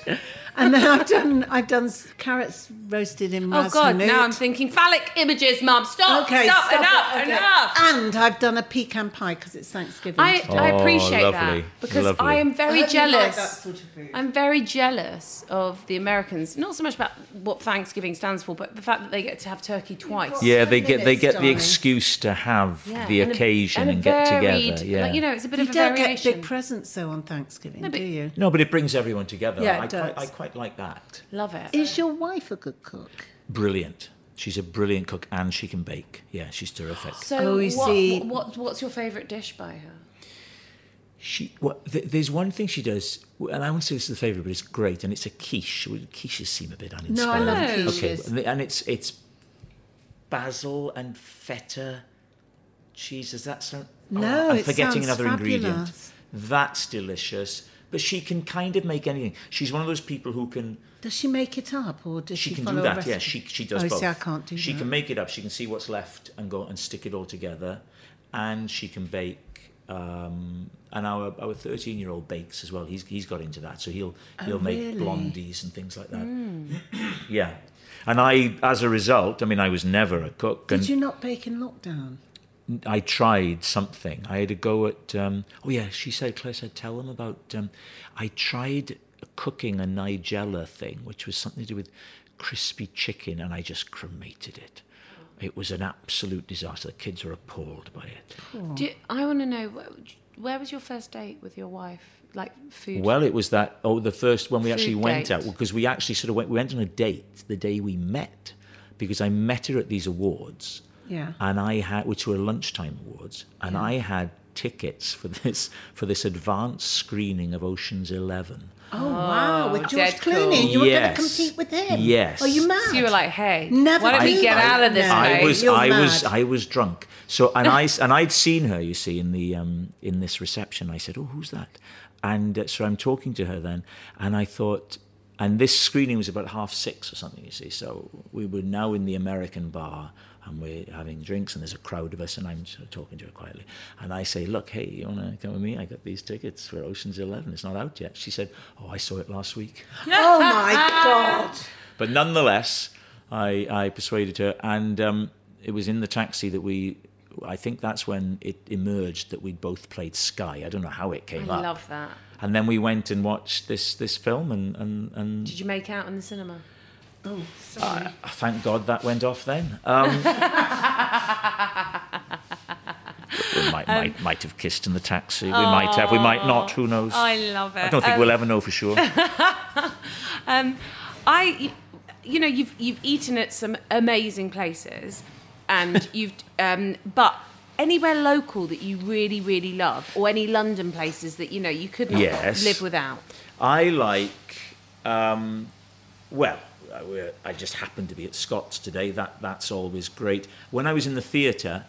Speaker 2: and then I've done I've done s- carrots roasted in
Speaker 1: Oh God!
Speaker 2: minute.
Speaker 1: Now I'm thinking phallic images, Mum. Stop!
Speaker 2: okay,
Speaker 1: stop!
Speaker 2: stop it,
Speaker 1: enough!
Speaker 2: okay.
Speaker 1: Enough!
Speaker 2: And I've done a pecan pie because it's Thanksgiving.
Speaker 1: I, I
Speaker 3: Oh,
Speaker 1: appreciate
Speaker 3: lovely,
Speaker 1: that because
Speaker 3: lovely.
Speaker 1: I am
Speaker 2: I
Speaker 1: very
Speaker 2: hope you like
Speaker 1: jealous.
Speaker 2: that sort of food.
Speaker 1: I'm very jealous of the Americans. Not so much about what Thanksgiving stands for, but the fact that they get to have turkey twice.
Speaker 3: yeah, they get they
Speaker 2: Minutes,
Speaker 3: get the
Speaker 2: darling.
Speaker 3: excuse to have
Speaker 1: Yeah,
Speaker 3: the
Speaker 1: a-
Speaker 3: occasion
Speaker 1: a
Speaker 3: and, get
Speaker 1: varied-
Speaker 3: together. Yeah,
Speaker 1: like, you know, it's a bit
Speaker 2: you
Speaker 1: of a
Speaker 2: don't get
Speaker 1: variation.
Speaker 2: big presents though on Thanksgiving, do
Speaker 1: but-
Speaker 2: you?
Speaker 3: no, but it brings everyone together.
Speaker 2: Yeah,
Speaker 3: I,
Speaker 2: it
Speaker 3: quite,
Speaker 2: does.
Speaker 3: I quite like that.
Speaker 1: Love it.
Speaker 2: Is your wife a good cook?
Speaker 3: Brilliant. She's a brilliant cook and she can bake. Yeah, she's terrific.
Speaker 1: so,
Speaker 2: Oh, you
Speaker 1: what,
Speaker 2: see.
Speaker 1: what- what- what's your favourite dish by her?
Speaker 3: She, well, th- there's one thing she does, and I won't say this is the favourite, but it's great, and it's a quiche. Well, quiches seem a bit uninspired.
Speaker 2: love
Speaker 3: Okay,
Speaker 2: quiches.
Speaker 3: and the- and it's it's basil and feta cheese. Does that sound? oh,
Speaker 2: No,
Speaker 3: I'm
Speaker 2: it
Speaker 3: forgetting
Speaker 2: sounds
Speaker 3: another ingredient.
Speaker 2: fabulous.
Speaker 3: That's delicious. But she can kind of make anything. She's one of those people who can.
Speaker 2: Does she make it up or does she,
Speaker 3: She can
Speaker 2: follow
Speaker 3: do
Speaker 2: a
Speaker 3: that.
Speaker 2: recipe?
Speaker 3: Yeah, she she does
Speaker 2: oh,
Speaker 3: both.
Speaker 2: See, I can't do
Speaker 3: She
Speaker 2: that.
Speaker 3: can make it up. She can see what's left and go and stick it all together, and she can bake. Um, and our our thirteen year old bakes as well. He's he's got into that, so he'll he'll make
Speaker 2: Oh, really? Hmm.
Speaker 3: blondies and things like that. yeah, and I as a result, I mean, I was never a cook,
Speaker 2: Did
Speaker 3: and
Speaker 2: you not bake in lockdown?
Speaker 3: I tried something. I had a go at. Um, oh yeah, she said Claire said tell them about. Um, I tried cooking a Nigella thing, which was something to do with crispy chicken, and I just cremated it. It was an absolute disaster. The kids were appalled by it.
Speaker 1: Do you- I want to know wh- where was your first date with your wife? Like food.
Speaker 3: Well, it was that. Oh, the first when we actually
Speaker 1: Food
Speaker 3: went
Speaker 1: date.
Speaker 3: out because we actually sort of went. We went on a date the day we met because I met her at these awards.
Speaker 2: Yeah.
Speaker 3: and I had, which were lunchtime awards, and I had tickets for this for this advanced screening of Ocean's Eleven.
Speaker 2: Oh, wow, with George
Speaker 1: dead cool.
Speaker 2: Clooney, and you were going
Speaker 3: Yes.
Speaker 2: to compete with him.
Speaker 3: Yes.
Speaker 2: Are you mad?
Speaker 1: So you were like, hey,
Speaker 2: Never
Speaker 1: why don't we
Speaker 2: do
Speaker 1: get
Speaker 2: that.
Speaker 1: out of this?
Speaker 2: No.
Speaker 3: I
Speaker 1: place?
Speaker 3: was,
Speaker 2: You're
Speaker 3: I was,
Speaker 2: mad.
Speaker 3: I was drunk. So and I and I'd seen her, you see, in the um, in this reception. I said, "Oh, who's that?" And uh, so I'm talking to her then, and I thought, and this screening was about half six or something, you see. So we were now in the American bar. And we're having drinks, and there's a crowd of us, and I'm sort of talking to her quietly. And I say, "Look, hey, you wanna come with me? I got these tickets for Ocean's Eleven. It's not out yet." She said, "Oh, I saw it last week."
Speaker 2: oh my
Speaker 1: Ah.
Speaker 2: God.
Speaker 3: But nonetheless, I, I persuaded her, and um, it was in the taxi that we. I think that's when it emerged that we'd both played Sky. I don't know how it came
Speaker 1: I
Speaker 3: up.
Speaker 1: love that.
Speaker 3: And then we went and watched this this film, and and, and
Speaker 1: Did you make out in the cinema?
Speaker 3: thank God that went off then. Um, we might, might might have kissed in the taxi. We might have. We might not. Who knows?
Speaker 1: I love it.
Speaker 3: I don't think we'll ever know for sure.
Speaker 1: Um, I, you know, you've you've eaten at some amazing places, and you've um, but anywhere local that you really, really love, or any London places that you know you couldn't
Speaker 3: Yes.
Speaker 1: live without?
Speaker 3: I like, um, well, I, we're- I just happened to be at Scott's today. That that's always great. When I was in the theatre,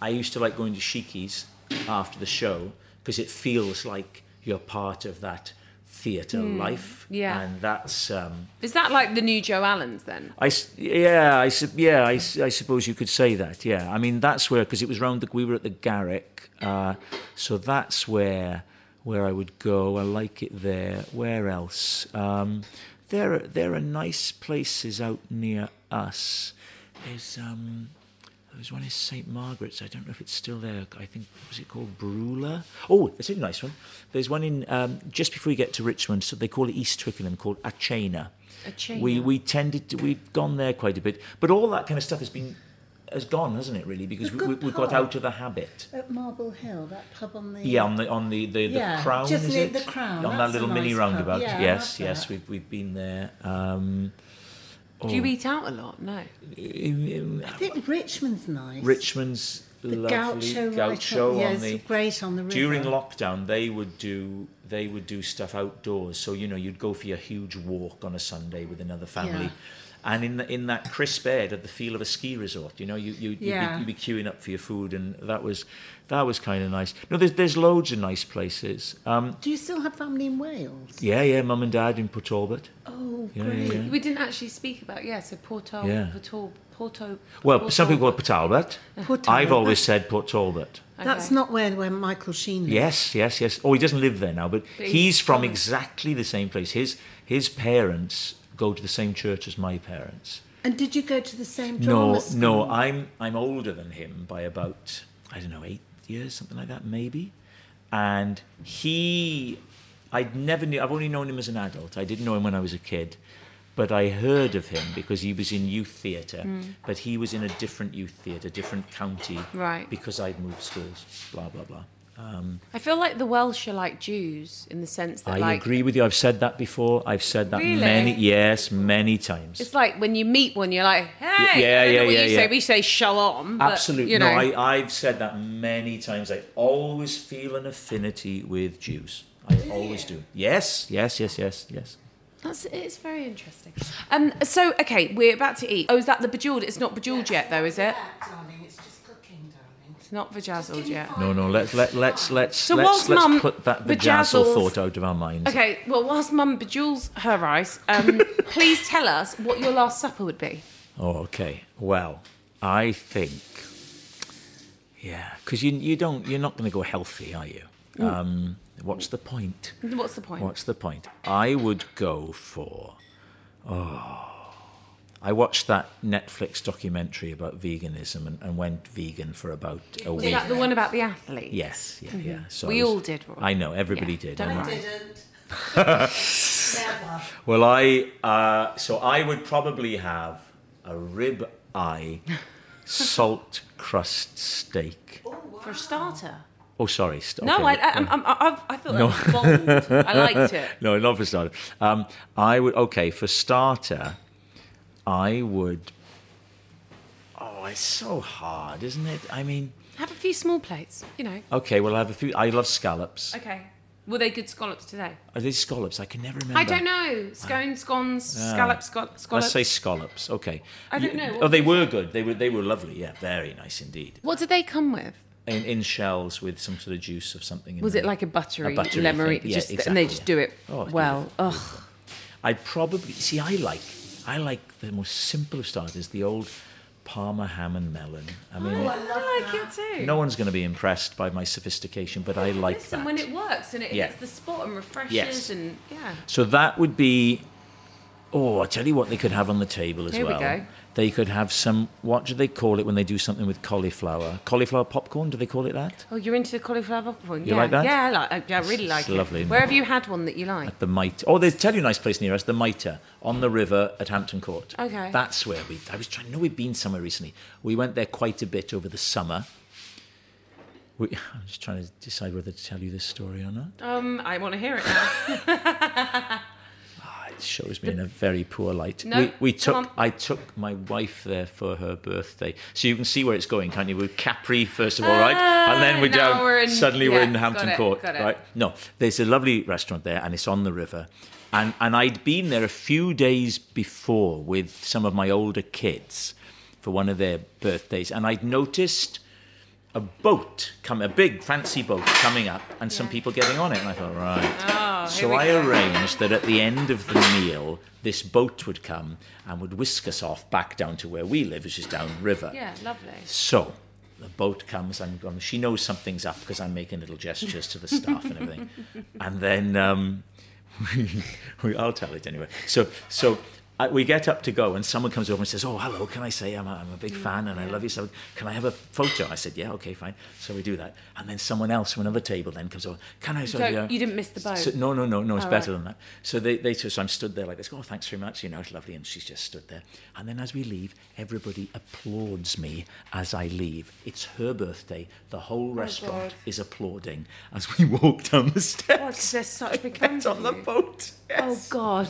Speaker 3: I used to like going to Shiki's after the show because it feels like you're part of that theatre life.
Speaker 1: yeah.
Speaker 3: and that's. Um,
Speaker 1: Is that like the new Joe Allen's then?
Speaker 3: I s- yeah, I sup- yeah, I, s- I suppose you could say that. Yeah, I mean that's where because it was round the we were at the Garrick, uh, so that's where where I would go. I like it there. Where else? Um, there are there are nice places out near us. There's um, there's one in St Margaret's. I don't know if it's still there. I think was it called Brula? Oh, that's a nice one. There's one in um, just before you get to Richmond. So they call it East Twickenham, called Achena.
Speaker 1: Achena.
Speaker 3: We we tended to we've gone there quite a bit, but all that kind of stuff has been has gone, hasn't it? Really, because
Speaker 2: The
Speaker 3: we, we,
Speaker 2: good
Speaker 3: we got
Speaker 2: part-
Speaker 3: out of the habit.
Speaker 2: At Marble Hill, that pub on the
Speaker 3: Yeah, on the on the the, the
Speaker 2: Yeah,
Speaker 3: crown
Speaker 2: just
Speaker 3: is
Speaker 2: near
Speaker 3: it?
Speaker 2: the Crown, that's
Speaker 3: on that
Speaker 2: a
Speaker 3: little mini
Speaker 2: nice pub.
Speaker 3: roundabout.
Speaker 2: Yeah, I
Speaker 3: yes,
Speaker 2: love
Speaker 3: yes,
Speaker 2: that.
Speaker 3: we've we've been there. Um,
Speaker 1: Do
Speaker 3: Oh.
Speaker 1: you eat out a lot? No.
Speaker 3: in- in-
Speaker 2: I think Richmond's nice.
Speaker 3: Richmond's
Speaker 2: the
Speaker 3: lovely
Speaker 2: Gaucho,
Speaker 3: gaucho
Speaker 2: right on, yeah,
Speaker 3: on
Speaker 2: it's
Speaker 3: the
Speaker 2: great on the river.
Speaker 3: during lockdown they would do they would do stuff outdoors so you know you'd go for your huge walk on a sunday with another family and in the, in that crisp air had the feel of a ski resort you know you you you'd,
Speaker 2: Yeah.
Speaker 3: be, you'd be queuing up for your food and that was that was kind of nice no there's there's loads of nice places um
Speaker 2: Do you still have family in Wales?
Speaker 3: yeah yeah mum and dad in port albert
Speaker 2: Oh,
Speaker 3: yeah,
Speaker 2: great.
Speaker 3: yeah.
Speaker 1: We didn't actually speak about yeah. So Porto,
Speaker 3: Yeah.
Speaker 1: Porto, Porto.
Speaker 3: well
Speaker 1: Porto-
Speaker 3: some people call it port albert
Speaker 2: Port
Speaker 3: i've
Speaker 2: Talbot.
Speaker 3: always said port albert
Speaker 2: That's
Speaker 1: Okay.
Speaker 2: not where, where Michael Sheen lives.
Speaker 3: Yes, yes, yes. Oh, he doesn't live there now, but,
Speaker 1: But
Speaker 3: he's,
Speaker 1: he's
Speaker 3: from
Speaker 1: from-
Speaker 3: exactly the same place. His his parents go to the same church as my parents.
Speaker 2: And did you go to the same drama
Speaker 3: No,
Speaker 2: school?
Speaker 3: no, I'm I'm older than him by about I don't know eight years, something like that, maybe. And he, I'd never knew. I've only known him as an adult. I didn't know him when I was a kid, but I heard of him because he was in youth theatre. But he was in a different youth theatre, different county,
Speaker 1: Right.
Speaker 3: Because I'd moved schools. Blah blah blah.
Speaker 1: I feel like the Welsh are like Jews in the sense that
Speaker 3: I
Speaker 1: like
Speaker 3: agree with you. I've said that before. I've said that
Speaker 1: Really?
Speaker 3: many, yes, many times.
Speaker 1: It's like when you meet one, you're like, hey,
Speaker 3: yeah,
Speaker 1: I don't know
Speaker 3: yeah,
Speaker 1: what
Speaker 3: yeah,
Speaker 1: you
Speaker 3: yeah.
Speaker 1: say. We say shalom. But,
Speaker 3: Absolutely.
Speaker 1: You know,
Speaker 3: no, I, I've said that many times. I always feel an affinity with Jews. I always do. Yes, yes, yes, yes, yes.
Speaker 1: that's it's very interesting. Um, so okay, we're about to eat. Oh, is that the bejeweled? It's not bejeweled yet, though, is it?
Speaker 2: darling, it's just cooking, darling.
Speaker 1: It's not bejazzled yet.
Speaker 3: No, no. Let's let let's let's
Speaker 1: So
Speaker 3: let's
Speaker 1: whilst
Speaker 3: let's
Speaker 1: Mum
Speaker 3: put that
Speaker 1: bejazzles-
Speaker 3: bejazzle thought out of our minds.
Speaker 1: Okay, well, whilst Mum bejewels her rice, um, please tell us what your last supper would be.
Speaker 3: Oh, okay. Well, I think, yeah, because you you don't you're not going to go healthy, are you?
Speaker 1: Mm.
Speaker 3: Um, what's the point?
Speaker 1: What's the point?
Speaker 3: What's the point? I would go for. Oh, I watched that Netflix documentary about veganism and, and went vegan for about a
Speaker 1: Was
Speaker 3: week.
Speaker 1: that the one about the athlete?
Speaker 3: Yes, yeah, yeah. So I
Speaker 1: We
Speaker 3: was-
Speaker 1: all did, Roy.
Speaker 3: I know everybody
Speaker 1: Yeah,
Speaker 3: did.
Speaker 1: don't
Speaker 3: I know.
Speaker 1: worry.
Speaker 2: Didn't.
Speaker 3: Well, I uh, so I would probably have a rib eye, salt crust steak.
Speaker 1: For a starter.
Speaker 3: Oh, sorry. St-
Speaker 1: No,
Speaker 3: okay,
Speaker 1: I, I,
Speaker 3: yeah.
Speaker 1: I'm- I'm- I've- I, thought that was bold. I liked it.
Speaker 3: no, not for starter. Um, I would okay for starter. I would. Oh, it's so hard, isn't it? I mean,
Speaker 1: Have a few small plates, you know.
Speaker 3: okay. Well, I have a few. I love scallops.
Speaker 1: Okay. Were they good scallops today?
Speaker 3: Are these scallops? I can never remember.
Speaker 1: I don't know. Scones, scones, scallops, sco-
Speaker 3: Ah. Let's
Speaker 1: scallops.
Speaker 3: say scallops. Okay.
Speaker 1: I don't
Speaker 3: You-
Speaker 1: know, what
Speaker 3: Oh,
Speaker 1: was
Speaker 3: they were good. They were. They were lovely. Yeah, very nice indeed.
Speaker 1: what did they come with?
Speaker 3: In, in shells with some sort of juice of something. In
Speaker 1: Was
Speaker 3: them.
Speaker 1: it like a buttery,
Speaker 3: A buttery
Speaker 1: lemon?
Speaker 3: thing. Yeah,
Speaker 1: just, And they just
Speaker 3: exactly,
Speaker 1: do
Speaker 3: yeah.
Speaker 1: it
Speaker 3: Oh, it's
Speaker 1: well.
Speaker 3: beautiful,
Speaker 1: Ugh.
Speaker 3: I'd probably see. I like I like the most simple of starters, the old Parma ham and melon. I mean,
Speaker 1: Oh, I like it too.
Speaker 3: no one's going to be impressed by my sophistication, but I like
Speaker 1: Listen,
Speaker 3: that.
Speaker 1: when it works and it
Speaker 3: Yeah.
Speaker 1: hits the spot and refreshes
Speaker 3: Yes.
Speaker 1: and yeah.
Speaker 3: so that would be. Oh, I tell you what, they could have on the table as
Speaker 1: Here we
Speaker 3: well.
Speaker 1: go.
Speaker 3: They could have some. What do they call it when they do something with cauliflower? Cauliflower popcorn? Do they call it that?
Speaker 1: Oh, you're into the cauliflower popcorn?
Speaker 3: You
Speaker 1: yeah.
Speaker 3: like that?
Speaker 1: Yeah, I, like, I- yeah, I really
Speaker 3: It's
Speaker 1: like it.
Speaker 3: lovely, isn't
Speaker 1: Where
Speaker 3: it?
Speaker 1: have you had one that you like?
Speaker 3: The Mitre. Oh, they tell you a nice place near us, the Mitre, on the river at Hampton Court.
Speaker 1: Okay.
Speaker 3: That's where we, I was trying, I know we've been somewhere recently. We went there quite a bit over the summer. We, I'm just trying to Mm, decide whether to tell you this story or not.
Speaker 1: Um, I want to hear it now.
Speaker 3: I shows me in a very poor light.
Speaker 1: No,
Speaker 3: we, we
Speaker 1: come
Speaker 3: took
Speaker 1: on.
Speaker 3: I took my wife there for her birthday, so you can see where it's going, can't you? We're Capri first of all, right, and then we're
Speaker 1: Ah, now
Speaker 3: down.
Speaker 1: we're in-
Speaker 3: suddenly we're
Speaker 1: yeah,
Speaker 3: in Hampton
Speaker 1: got it,
Speaker 3: Court,
Speaker 1: got it.
Speaker 3: right? No, there's a lovely restaurant there, and it's on the river. And and I'd been there a few days before with some of my older kids for one of their birthdays, and I'd noticed a boat come, a big fancy boat coming up, and some people getting on it. And I thought, right. so
Speaker 1: Oh, we
Speaker 3: I
Speaker 1: go.
Speaker 3: arranged that at the end of the meal, this boat would come and would whisk us off back down to where we live, which is downriver.
Speaker 1: Yeah, lovely.
Speaker 3: So the boat comes, and um, she knows something's up because I'm making little gestures to the staff and everything. And then um, we, we, I'll tell it anyway. So, so I, we get up to go, and someone comes over and says, "Oh, hello. Can I say I'm a, I'm a big fan and I love you? So can I have a photo?" I said, "Yeah, okay, fine." So we do that, and then someone else from another table then comes over. Can I? So,
Speaker 1: Don't-
Speaker 3: yeah.
Speaker 1: you didn't miss the boat.
Speaker 3: So- no, no, no, no. It's better than that. So they, they so I'm stood there like this. Oh, thanks very much. You know, it's lovely. And she's just stood there. And then as we leave, everybody applauds me as I leave. It's her birthday. The whole restaurant is applauding as we walk down the
Speaker 1: Oh, God,
Speaker 3: steps.
Speaker 1: 'cause they're such big
Speaker 3: It's
Speaker 1: fans
Speaker 3: on
Speaker 1: of
Speaker 3: the
Speaker 1: you.
Speaker 3: boat.
Speaker 1: Oh God,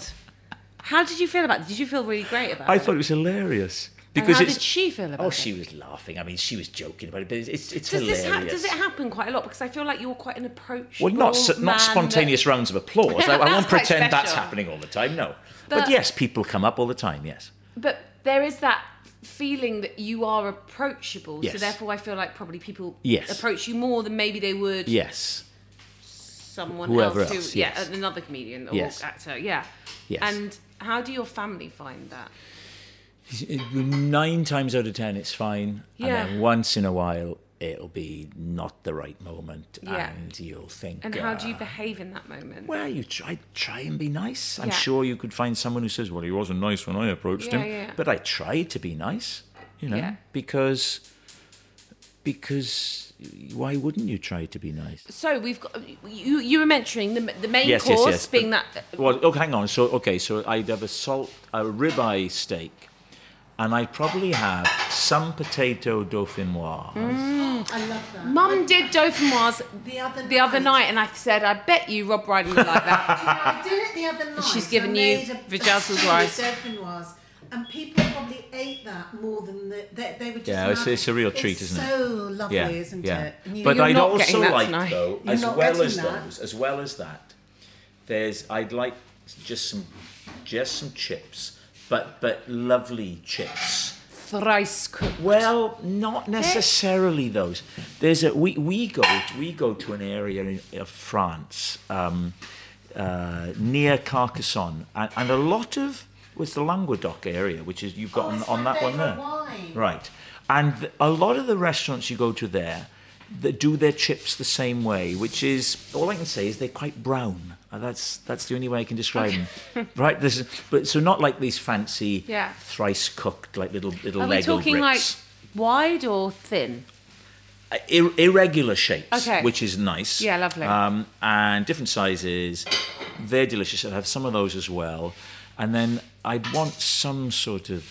Speaker 1: how did you feel about it? Did you feel really great about
Speaker 3: I
Speaker 1: it?
Speaker 3: thought it was hilarious
Speaker 1: and
Speaker 3: because
Speaker 1: how
Speaker 3: it's.
Speaker 1: did she feel about
Speaker 3: oh,
Speaker 1: it?
Speaker 3: she was laughing. I mean, she was joking about it, but it's it's, it's
Speaker 1: does
Speaker 3: hilarious.
Speaker 1: this ha- does it happen quite a lot? Because I feel like you're quite an approachable.
Speaker 3: Well, not s-
Speaker 1: man
Speaker 3: not spontaneous rounds of applause. I, I
Speaker 1: That's
Speaker 3: won't
Speaker 1: quite
Speaker 3: pretend that's
Speaker 1: special.
Speaker 3: happening all the time. No,
Speaker 1: But-
Speaker 3: but yes, people come up all the time. Yes.
Speaker 1: That, but there is that feeling that you are approachable. So
Speaker 3: Yes.
Speaker 1: therefore, I feel like probably people
Speaker 3: Yes.
Speaker 1: approach you more than maybe they would
Speaker 3: Yes.
Speaker 1: someone
Speaker 3: Whoever
Speaker 1: else,
Speaker 3: else,
Speaker 1: who,
Speaker 3: yes.
Speaker 1: yeah, another comedian or
Speaker 3: Yes.
Speaker 1: actor, yeah.
Speaker 3: Yes.
Speaker 1: And how do your family find that?
Speaker 3: Nine times out of ten, it's fine.
Speaker 1: Yeah.
Speaker 3: And then once in a while, it'll be not the right moment,
Speaker 1: Yeah.
Speaker 3: and you'll think.
Speaker 1: And how do you
Speaker 3: uh,
Speaker 1: behave in that moment?
Speaker 3: Well, you try try and be nice. I'm
Speaker 1: Yeah.
Speaker 3: sure you could find someone who says, "Well, he wasn't nice when I approached
Speaker 1: Yeah,
Speaker 3: him,"
Speaker 1: yeah.
Speaker 3: but I tried to be nice, you know,
Speaker 1: Yeah.
Speaker 3: because because why wouldn't you try to be nice?
Speaker 1: so we've got you. You were mentioning the, the main
Speaker 3: yes,
Speaker 1: course
Speaker 3: yes, yes.
Speaker 1: being
Speaker 3: But-
Speaker 1: that uh,
Speaker 3: Well, oh, hang on. So, okay, so I'd have a salt, a ribeye steak, and I'd probably have some potato dauphinoise.
Speaker 1: Mum did dauphinoise
Speaker 2: The other
Speaker 1: the other night, and I said, I bet you Rob Brydon would like that.
Speaker 2: I did it the other night.
Speaker 1: she's given
Speaker 2: I
Speaker 1: you
Speaker 2: made a
Speaker 1: Vajazzle
Speaker 2: stew
Speaker 1: rice.
Speaker 2: with dauphinoise, And people probably ate that more than the, they, they were just.
Speaker 3: Yeah, it's-
Speaker 2: mad.
Speaker 3: it's a real treat, isn't it?
Speaker 2: So lovely, isn't it? And you-
Speaker 3: but
Speaker 2: you-
Speaker 3: I'd
Speaker 1: not
Speaker 3: also
Speaker 1: getting that
Speaker 3: like
Speaker 1: tonight.
Speaker 3: though,
Speaker 2: You're
Speaker 3: as
Speaker 2: not
Speaker 3: well
Speaker 2: getting
Speaker 3: as
Speaker 2: that.
Speaker 3: those, as well as that, there's I'd like just some just some chips, but but lovely chips.
Speaker 1: Thrice cooked.
Speaker 3: Well,
Speaker 2: Eh.
Speaker 3: not necessarily those. There's a we, we go we go to an area in, of France um, uh, near Carcassonne, and, and a lot of was the Languedoc area, which is you've got
Speaker 2: Oh,
Speaker 3: on,
Speaker 2: it's
Speaker 3: on
Speaker 2: my
Speaker 3: that one there,
Speaker 2: favourite wine.
Speaker 3: right? And th- a lot of the restaurants you go to there that do their chips the same way, which is all I can say is they're quite brown. Uh, That's that's the only way I can describe them, right? This is, but so not like these fancy,
Speaker 1: Yeah.
Speaker 3: thrice cooked like little little
Speaker 1: Are we
Speaker 3: Lego
Speaker 1: talking
Speaker 3: bricks. Uh,
Speaker 1: like wide or thin?
Speaker 3: Ir- irregular shapes,
Speaker 1: Okay.
Speaker 3: which is nice.
Speaker 1: Yeah, lovely.
Speaker 3: Um, and different sizes. They're delicious. I'd have some of those as well. And then I'd want some sort of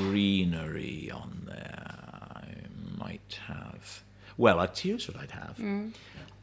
Speaker 3: greenery on there. I might have. Well, I'd, here's what I'd have.
Speaker 1: Mm.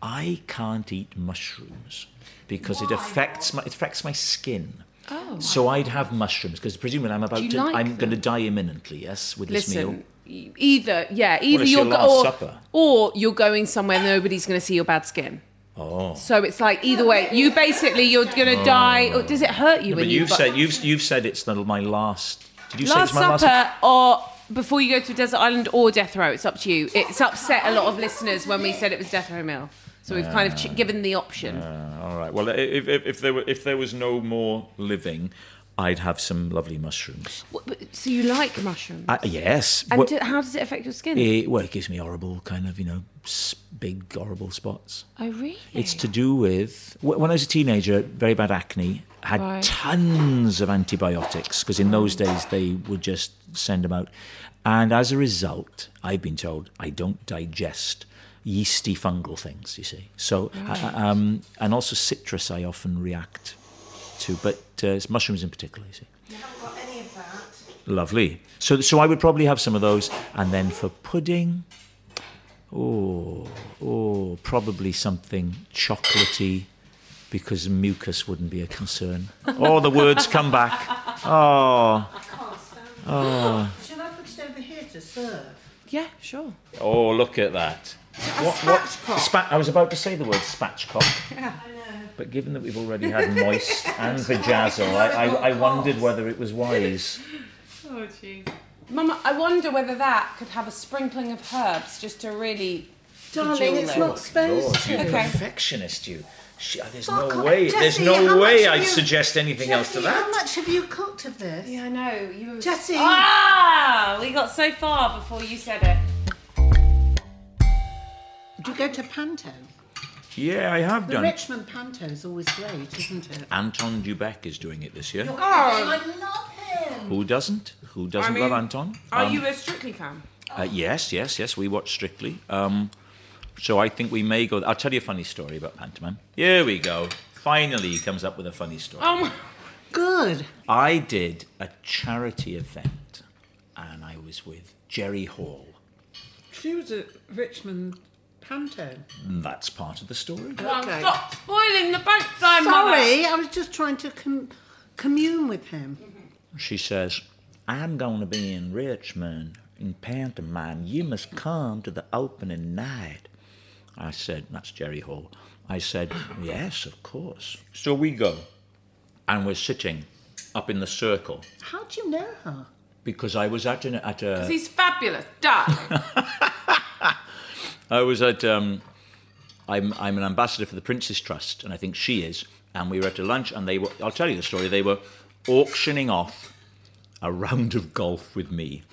Speaker 3: I can't eat mushrooms because it affects my it affects my skin. Oh. So I'd have mushrooms because presumably I'm about
Speaker 1: you
Speaker 3: to
Speaker 1: like
Speaker 3: I'm
Speaker 1: them?
Speaker 3: going to die imminently. Yes, with this meal.
Speaker 1: Listen, e- either yeah, either
Speaker 3: it's
Speaker 1: you're
Speaker 3: your
Speaker 1: go-
Speaker 3: last
Speaker 1: or,
Speaker 3: supper.
Speaker 1: or you're going somewhere nobody's going to see your bad skin.
Speaker 3: Oh.
Speaker 1: So it's like either way, you basically you're going to die. Or does it hurt you?
Speaker 3: No,
Speaker 1: when
Speaker 3: but
Speaker 1: you
Speaker 3: you've
Speaker 1: bu-
Speaker 3: said you've you've said it's the, my last. Did you say
Speaker 1: last
Speaker 3: it's my
Speaker 1: supper
Speaker 3: last?
Speaker 1: or before you go to a desert island or death row it's up to you it's upset a lot of listeners when we said it was death row meal so we've kind
Speaker 3: Ah.
Speaker 1: of ch- given the option
Speaker 3: All right. Well, if, if, if there were if there was no more living, I'd have some lovely mushrooms.
Speaker 1: What- but- so you like mushrooms
Speaker 3: Uh, yes.
Speaker 1: and
Speaker 3: well,
Speaker 1: do- how does it affect your skin
Speaker 3: it, well, it gives me horrible kind of you know s- big horrible spots.
Speaker 1: oh really
Speaker 3: It's to do with wh- when I was a teenager, very bad acne. Had
Speaker 1: Right.
Speaker 3: tons of antibiotics because in those days they would just send them out, and as a result, I've been told I don't digest yeasty fungal things. You see, so I- I- um, and also citrus I often react to, but uh, it's mushrooms in particular. You see.
Speaker 2: You haven't got any of that.
Speaker 3: Lovely. So, so I would probably have some of those, and then for pudding, oh, oh, probably something chocolatey, because mucus wouldn't be a concern. oh, the words come back. Oh,
Speaker 2: Should I put it over here to serve?
Speaker 1: Yeah, sure.
Speaker 3: oh, look at that. What, what- spa- I was about to say the word spatchcock. But given that we've already had moist and vajazzle, I, I, I wondered whether it was wise.
Speaker 1: Oh, jeez. Mama, I wonder whether that could have a sprinkling of herbs just to really.
Speaker 2: Darling,
Speaker 1: Jewel
Speaker 2: it's
Speaker 1: it.
Speaker 2: not supposed
Speaker 3: Lord, you
Speaker 2: to.
Speaker 1: Okay.
Speaker 3: perfectionist, you. Sh- There's
Speaker 2: Fuck
Speaker 3: no
Speaker 2: off.
Speaker 3: way. There's
Speaker 2: Jessie, how
Speaker 3: no
Speaker 2: much
Speaker 3: way
Speaker 2: have
Speaker 3: I'd
Speaker 2: you-
Speaker 3: suggest anything else to
Speaker 2: Jessie,
Speaker 3: that.
Speaker 2: How much have you cooked of this?
Speaker 1: I know. You were...
Speaker 2: Jessie.
Speaker 1: Ah! We got so far before you said it.
Speaker 2: Do you go to Panto?
Speaker 3: Yeah, I have
Speaker 2: The
Speaker 3: done. it.
Speaker 2: Richmond Panto is always great, isn't it?
Speaker 3: Anton Dubek is doing it this year. Oh.
Speaker 2: I'm not him.
Speaker 3: Who doesn't? Who doesn't
Speaker 1: mean,
Speaker 3: love Anton?
Speaker 1: Are
Speaker 3: Um,
Speaker 1: you a Strictly fan?
Speaker 3: Uh, yes, yes, yes. We watch Strictly. Um, so I think we may go. I'll tell you a funny story about pantomime. Here we go. Finally, he comes up with a funny story.
Speaker 1: Oh, my.
Speaker 2: Good.
Speaker 3: I did a charity event, and I was with Jerry Hall.
Speaker 2: She was at Richmond Panto.
Speaker 3: And that's part of the story.
Speaker 2: Okay.
Speaker 1: Stop spoiling the boat time,
Speaker 2: Sorry, I was just trying to com- commune with him.
Speaker 3: She says, "I'm going to be in Richmond in pantomime. You must come to the opening night." I said, "That's Jerry Hall." I said, "Yes, of course." So we go, and we're sitting up in the circle.
Speaker 2: How do you know her?
Speaker 3: because I was at an, at a
Speaker 1: He's fabulous, darling.
Speaker 3: I was at um, I'm I'm an ambassador for the Prince's Trust, and I think she is. And we were at a lunch, and they were. I'll tell you the story. They were auctioning off a round of golf with me.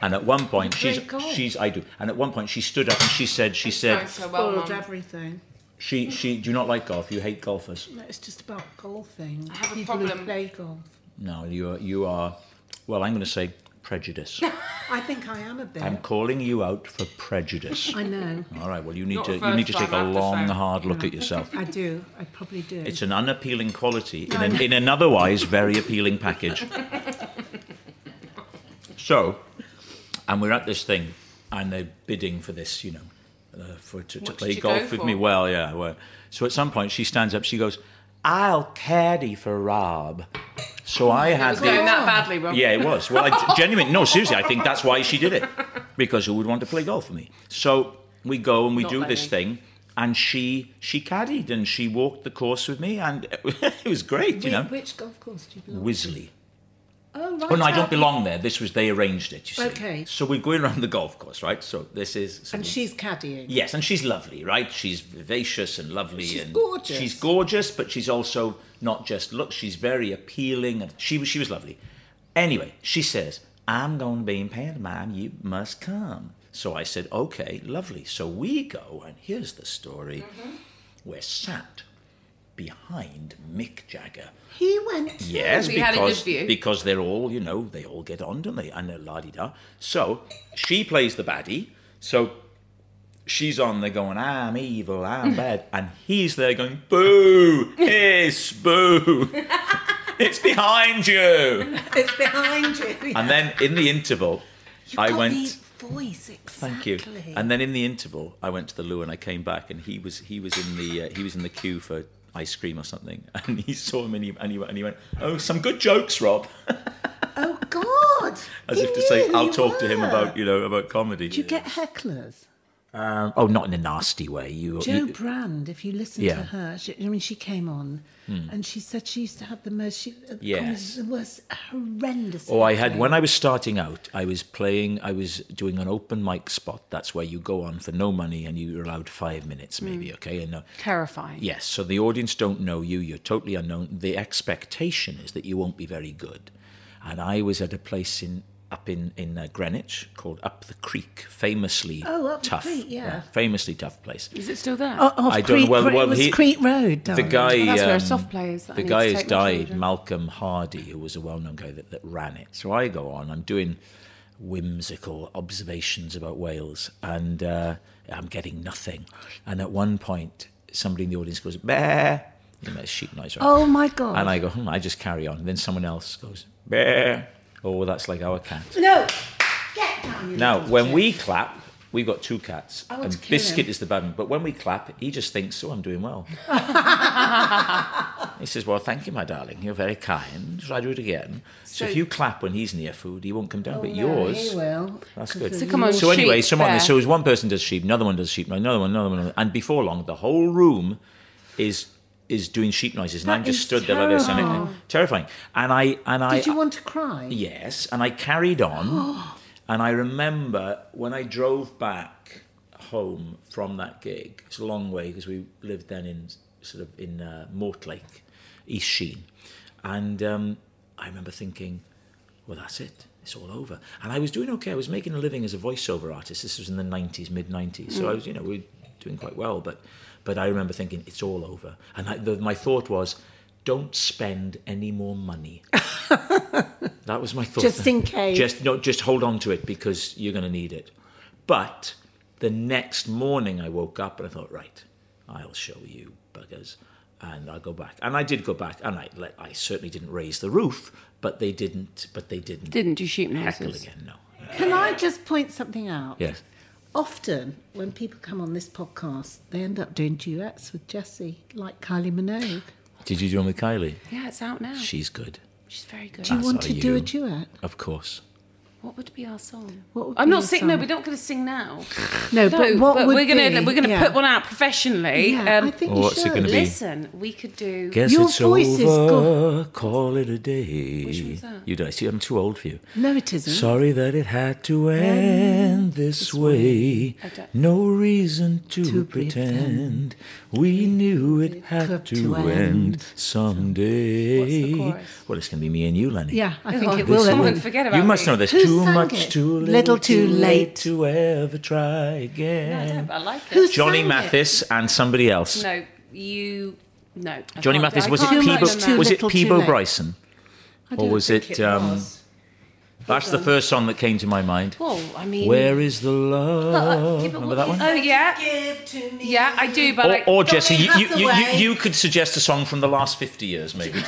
Speaker 3: And at one point, she's
Speaker 2: golf.
Speaker 3: she's I do. And at one point, she stood up and she said she said
Speaker 1: Thanks so well,
Speaker 2: Spoiled
Speaker 1: Mum.
Speaker 2: everything.
Speaker 3: she she do you not like golf. You hate golfers.
Speaker 2: No, it's just about golfing. I
Speaker 1: have a
Speaker 2: People who
Speaker 1: problem.
Speaker 2: play golf.
Speaker 3: No, you are you are. Well, I'm going to say prejudice.
Speaker 2: I think I am a bit.
Speaker 3: I'm calling you out for prejudice.
Speaker 2: I know.
Speaker 3: All right. Well, you need
Speaker 1: Not
Speaker 3: to
Speaker 1: the
Speaker 3: you need to
Speaker 1: first
Speaker 3: take a
Speaker 1: time, I have to
Speaker 3: long,
Speaker 1: say.
Speaker 3: hard look at yourself.
Speaker 2: I do. I probably do.
Speaker 3: It's an unappealing quality in an, in an otherwise very appealing package. so, and we're at this thing, and they're bidding for this, you know, uh, for to, to
Speaker 1: What
Speaker 3: play
Speaker 1: did you go
Speaker 3: golf with me.
Speaker 1: for?
Speaker 3: Well, yeah. Well. So at some point, she stands up. She goes, "I'll caddy for Rob." So I
Speaker 1: I
Speaker 3: had
Speaker 1: was
Speaker 3: the
Speaker 1: doing that badly, Rob.
Speaker 3: yeah, it was. Well, I genuinely, no, seriously, I think that's why she did it because who would want to play golf with me? So we go and we
Speaker 1: Not
Speaker 3: do this
Speaker 1: many.
Speaker 3: thing, and she she caddied and she walked the course with me, and it was great,
Speaker 2: Whi-
Speaker 3: you know.
Speaker 2: Which golf course do you belong?
Speaker 3: Wisley.
Speaker 2: oh, right.
Speaker 3: Oh no, I don't
Speaker 2: out-
Speaker 3: belong there. This was they arranged it. You see.
Speaker 2: Okay.
Speaker 3: So we're going around the golf course, right? So this is. so
Speaker 2: And
Speaker 3: we-
Speaker 2: she's caddying.
Speaker 3: Yes, and she's lovely, right? She's vivacious and lovely.
Speaker 2: She's
Speaker 3: and
Speaker 2: gorgeous.
Speaker 3: She's gorgeous, but she's also not just look. She's very appealing, and she was- she was lovely. Anyway, she says, "I'm going to be in pantomime. You must come." So I said, "Okay, lovely." So we go, and here's the story.
Speaker 2: Mm-hmm.
Speaker 3: We're sat behind Mick Jagger.
Speaker 2: He went.
Speaker 3: Yes,
Speaker 1: So you had a good
Speaker 3: because,
Speaker 1: view.
Speaker 3: because they're all, you know, they all get on, don't they? And they're la di da. So she plays the baddie. So she's on there going, I'm evil, I'm bad. And he's there going, boo, hiss, boo. it's behind you.
Speaker 2: It's behind you.
Speaker 3: And then in the interval,
Speaker 2: You've
Speaker 3: I
Speaker 2: got
Speaker 3: went.
Speaker 2: the voice exactly.
Speaker 3: Thank you. And then in the interval, I went to the loo and I came back, and he was he was in the uh, he was in the queue for ice cream or something, and he saw him and he and he, went- and he went, "Oh, some good jokes, Rob,"
Speaker 2: oh God.
Speaker 3: as
Speaker 2: He
Speaker 3: if to
Speaker 2: knew
Speaker 3: say,
Speaker 2: who
Speaker 3: "I'll
Speaker 2: you
Speaker 3: talk to him
Speaker 2: were.
Speaker 3: about you know about comedy."
Speaker 2: Do you get hecklers?
Speaker 3: Um, oh, not in a nasty way. You,
Speaker 2: Joe
Speaker 3: you-
Speaker 2: Brand, if you listen to
Speaker 3: Yeah. Hmm.
Speaker 2: her, she, I mean, she came on and she said she used to have the most, she, uh,
Speaker 3: Yes.
Speaker 2: the most horrendous.
Speaker 3: Oh, I had when I was starting out, I was playing, I was doing an open mic spot. That's where you go on for no money and you're allowed five minutes,
Speaker 2: Mm.
Speaker 3: maybe. Okay, and uh,
Speaker 1: Terrifying.
Speaker 3: Yes, so the audience don't know you, you're totally unknown. The expectation is that you won't be very good. And I was at a place in up in in uh, Greenwich called Up the Creek, famously
Speaker 2: Oh, Up the
Speaker 3: tough.
Speaker 2: Creek, yeah.
Speaker 3: famously tough place.
Speaker 1: Is it still there?
Speaker 2: Oh, off
Speaker 3: I don't know
Speaker 2: Crete
Speaker 3: whether-
Speaker 2: Ro- it
Speaker 3: well,
Speaker 2: was
Speaker 3: he-
Speaker 2: Crete Road.
Speaker 3: the
Speaker 2: darling.
Speaker 3: guy,
Speaker 1: Well, that's where
Speaker 3: um,
Speaker 1: soft play is that I
Speaker 3: The
Speaker 1: need
Speaker 3: guy
Speaker 1: to
Speaker 3: has
Speaker 1: take my
Speaker 3: died,
Speaker 1: children.
Speaker 3: Malcolm Hardy, who was a well-known guy that, that ran it. So I go on. I'm doing whimsical observations about Wales, and uh, I'm getting nothing. And at one point, somebody in the audience goes, "Bah!" You know, it's sheep noise, right?
Speaker 2: Oh my God.
Speaker 3: And I go, hmm, I just carry on. Then someone else goes, bah. Oh, that's like our cat.
Speaker 2: no, get down. You
Speaker 3: Now,
Speaker 2: little
Speaker 3: when
Speaker 2: shit.
Speaker 3: we clap, we've got two cats.
Speaker 2: want
Speaker 3: and
Speaker 2: to kill
Speaker 3: Biscuit
Speaker 2: Oh, him.
Speaker 3: is the bad one. But when we clap, he just thinks, oh, I'm doing well. He says, Well, thank you, my darling. You're very kind. Should I do it again? So, if you clap when he's near food, he won't come down, but yours.
Speaker 2: Oh, He will.
Speaker 3: That's good.
Speaker 1: So come on,
Speaker 3: So anyway,
Speaker 1: sheep,
Speaker 3: someone
Speaker 1: bear.
Speaker 3: so as one person does sheep, another one does sheep, another one, another one, another- and before long, the whole room is is doing sheep noises, and I'm just
Speaker 2: is
Speaker 3: stood there like this, and it, terrifying. And I and I
Speaker 2: Did you want to cry?
Speaker 3: yes, and I carried on, and I remember when I drove back home from that gig. It's a long way because we lived then in sort of in uh, Mortlake, East Sheen, and um, I remember thinking well, that's it. It's all over. And I was doing okay. I was making a living as a voiceover artist. This was in the 90s, mid 90s.
Speaker 2: Hmm.
Speaker 3: So I was, you know, we were doing quite well. But, but I remember thinking, it's all over. And I, the, my thought was, don't spend any more money. that was my thought.
Speaker 2: Just in case.
Speaker 3: Just, no, just hold on to it because you're going to need it. But the next morning I woke up and I thought, right, I'll show you buggers. And I'll go back. And I did go back. And I, let- I certainly didn't raise the roof, but they didn't, but they didn't
Speaker 1: Didn't do sheep
Speaker 3: heckle
Speaker 1: noises.
Speaker 3: again, no.
Speaker 2: Can I just point something out?
Speaker 3: Yes.
Speaker 2: Often, when people come on this podcast, they end up doing duets with Jessie, like Kylie Minogue.
Speaker 3: Did you do one with Kylie?
Speaker 1: Yeah, it's out now.
Speaker 3: She's good.
Speaker 1: She's very good.
Speaker 2: Do you
Speaker 3: As
Speaker 2: want
Speaker 3: are
Speaker 2: to do
Speaker 3: you.
Speaker 2: a duet?
Speaker 3: Of course.
Speaker 1: What would be our song?
Speaker 2: What would
Speaker 1: I'm
Speaker 2: be
Speaker 1: not
Speaker 2: your
Speaker 1: singing. No,
Speaker 2: song?
Speaker 1: we're not going to sing now.
Speaker 2: No,
Speaker 1: No,
Speaker 2: but what would
Speaker 1: we're going
Speaker 2: be-
Speaker 1: to we're going to
Speaker 2: yeah.
Speaker 1: put one out professionally.
Speaker 2: Yeah,
Speaker 1: um,
Speaker 2: I think
Speaker 3: Or
Speaker 2: you
Speaker 3: what's it
Speaker 2: should.
Speaker 3: gonna be?
Speaker 1: listen, we could do.
Speaker 3: Guess
Speaker 2: Your
Speaker 3: it's
Speaker 2: voice is
Speaker 3: over. Call it a day.
Speaker 1: Which one's that?
Speaker 3: You don't see. I'm too old for you.
Speaker 2: No, it isn't.
Speaker 3: Sorry that it had to end this way.
Speaker 1: don't-
Speaker 3: No reason to, pretend.
Speaker 2: pretend.
Speaker 3: We knew it had
Speaker 2: had
Speaker 3: to
Speaker 2: to
Speaker 3: end someday.
Speaker 1: What's the chorus?
Speaker 3: Well, it's going to be me and you, Lenny.
Speaker 2: Yeah, I think it
Speaker 1: This
Speaker 2: will.
Speaker 1: one.
Speaker 2: end.
Speaker 1: Someone forget about
Speaker 3: You must
Speaker 1: me.
Speaker 3: know this.
Speaker 2: Who
Speaker 3: too
Speaker 2: sang
Speaker 3: much,
Speaker 2: it?
Speaker 3: too little,
Speaker 2: Little, too late.
Speaker 3: to ever try again.
Speaker 1: I don't, I like it.
Speaker 2: Who's-
Speaker 3: Johnny
Speaker 2: sang it?
Speaker 3: Mathis and somebody else.
Speaker 1: No, you. No. I
Speaker 3: Johnny
Speaker 1: can't do-
Speaker 3: Mathis
Speaker 1: I
Speaker 3: was it
Speaker 1: can't
Speaker 2: Too
Speaker 1: do
Speaker 2: much,
Speaker 1: that.
Speaker 3: Peebo?
Speaker 2: too
Speaker 3: Was it
Speaker 2: little, too
Speaker 3: Peebo
Speaker 2: late.
Speaker 3: Bryson? Or
Speaker 2: don't
Speaker 3: was
Speaker 2: think
Speaker 3: it?
Speaker 2: it
Speaker 3: um,
Speaker 2: was.
Speaker 3: that's the first song that came to my mind.
Speaker 1: Well, Oh, I mean.
Speaker 3: Where is the
Speaker 1: Uh,
Speaker 3: love?
Speaker 1: yeah, but
Speaker 3: Remember
Speaker 1: what
Speaker 3: that
Speaker 1: is-
Speaker 3: one? Oh,
Speaker 1: Oh yeah,
Speaker 2: Give to me.
Speaker 1: yeah, I do. But
Speaker 3: Or,
Speaker 1: I,
Speaker 3: or Jesse, you, you, you, you,
Speaker 2: Hathaway.
Speaker 3: you could suggest a song from the last 50 years, maybe.